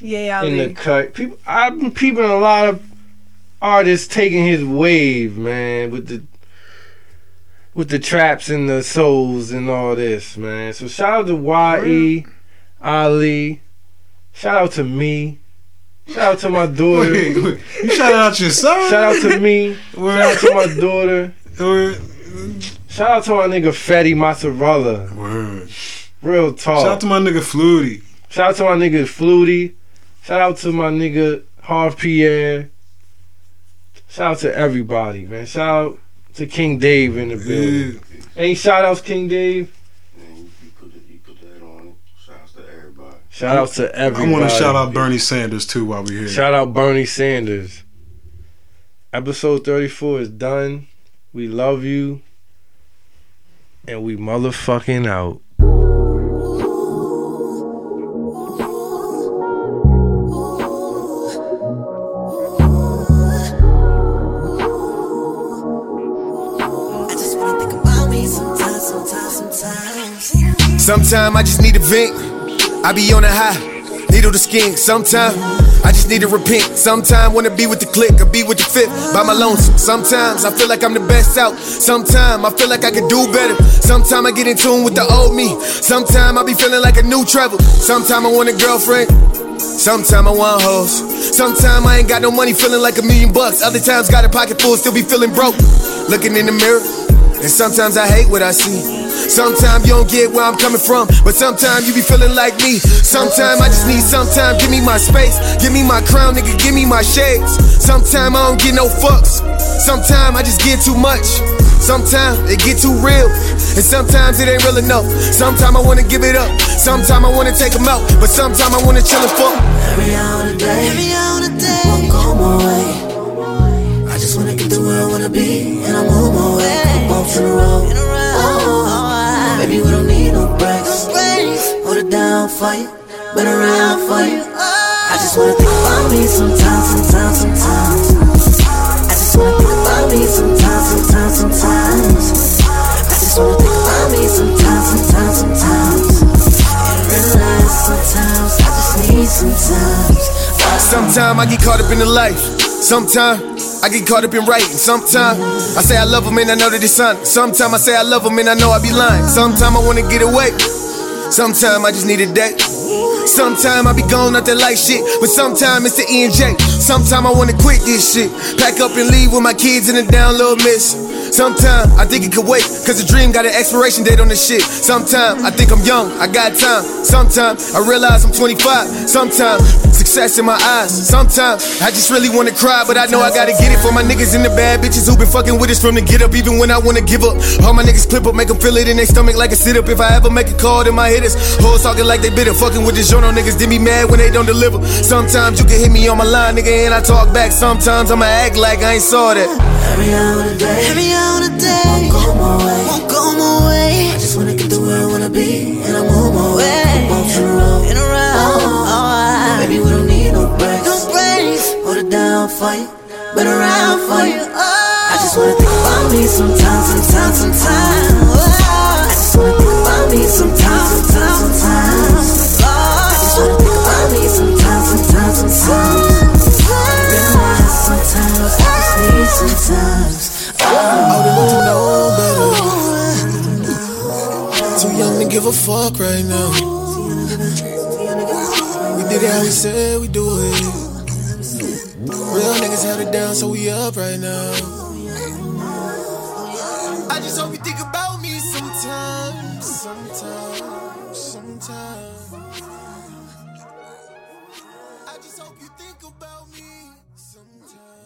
S2: Yeah,
S1: in the
S2: Ali.
S1: cut. People, I've been peeping a lot of artists taking his wave, man, with the with the traps and the souls and all this, man. So shout out to Y.E. Ali. Shout out to me. Shout out to my
S3: Wait,
S1: daughter.
S3: wait, you shout out your son.
S1: Shout out to me.
S3: Word,
S1: Shout out to my daughter.
S3: word,
S1: Shout out to my nigga Fetty Mozzarella.
S3: word.
S1: Real talk.
S3: Shout out to my nigga Flutie.
S1: Shout out to my nigga Flutie. Shout out to my nigga Harv Pierre. Shout out to everybody, man. Shout out to King Dave in the
S3: Yeah.
S1: building. Any shout outs, King Dave?
S9: And you, you put it, you put that on it. Shout outs to everybody.
S1: Shout outs to
S3: I
S1: everybody.
S3: want to shout out Bernie Sanders too while we're here.
S1: Shout out Bernie Sanders. Episode 34 is done. We love you. And we motherfucking out.
S10: I just wanna think about me sometimes, sometimes, sometimes.
S11: Sometime I just need to vent. I be on a high, needle to skin. Sometime I just need to repent. Sometime wanna be with the click or be with the fifth by my lonesome. Sometimes I feel like I'm the best out. Sometime I feel like I could do better. Sometime I get in tune with the old me. Sometime I be feeling like a new Trevor. Sometime I want a girlfriend. Sometime I want hoes. Sometime I ain't got no money, feeling like a million bucks. Other times got a pocket full, still be feeling broke. Looking in the mirror, and sometimes I hate what I see. Sometimes you don't get where I'm coming from, but sometimes you be feeling like me. Sometimes I just need sometime, give me my space, give me my crown, nigga, give me my shades. Sometimes I don't get no fucks. Sometimes I just get too much. Sometimes it get too real, and sometimes it ain't real enough. Sometimes I wanna give it up, sometimes I wanna take them out, but sometimes I wanna chill and fuck.
S10: Every hour of the day, every hour of the day, won't go my way. I just wanna get to where I wanna be, and I'm on my way. Bumps in the road,
S6: Oh, around for you, been around for you. I just wanna think about me sometimes, sometimes, sometimes. I just wanna think about me sometimes, sometimes, sometimes. I just wanna think about me sometimes, sometimes, sometimes. And realize sometimes I just need some time.
S11: Sometime I get caught up in the life. Sometime I get caught up in writing. Sometime I say I love them and I know that it's on. Sometime I say I love them and I know I be lying. Sometime I wanna get away. Sometime I just need a day. Sometime I be gone out that light shit, but sometime it's the ENJ. Sometime I wanna quit this shit, pack up and leave with my kids in a down little miss. Sometime I think it could wait, cause the dream got an expiration date on this shit. Sometime I think I'm young, I got time. Sometime I realize I'm 25. Sometime success in my eyes. Sometime I just really wanna cry, but I know I gotta get it for my niggas and the bad bitches who been fucking with us from the get up, even when I wanna give up. All my niggas clip up, make them feel it in their stomach like a sit up. If I ever make a call, then my hitters. Hoes talking like they bitter, fucking with this journal. Niggas did me mad when they don't deliver. Sometimes you can hit me on my line, nigga, and I talk back. Sometimes I'ma act like I ain't saw that.
S6: Every hour of the day. Every hour of the day. Won't go my way. Won't go my way. I just wanna get to where I wanna be, and I'm on my way. Walk in a row. In a row. Oh, I. Baby, we don't need no breaks. No breaks. Hold it down for you. Been around for you. Oh. I just wanna think about me sometimes, sometimes, sometimes. Oh. I just wanna think about me sometimes, sometimes, sometimes. Oh. I just wanna think about me sometimes, sometimes, sometimes. Realize sometimes I just need sometimes.
S12: Oh, they need to know better. Too young to give a fuck right now. We did it how we said we do it. Real niggas held it down, so we up right now. I just hope you think about me sometimes. Sometimes, sometimes. I just hope you think about me sometimes.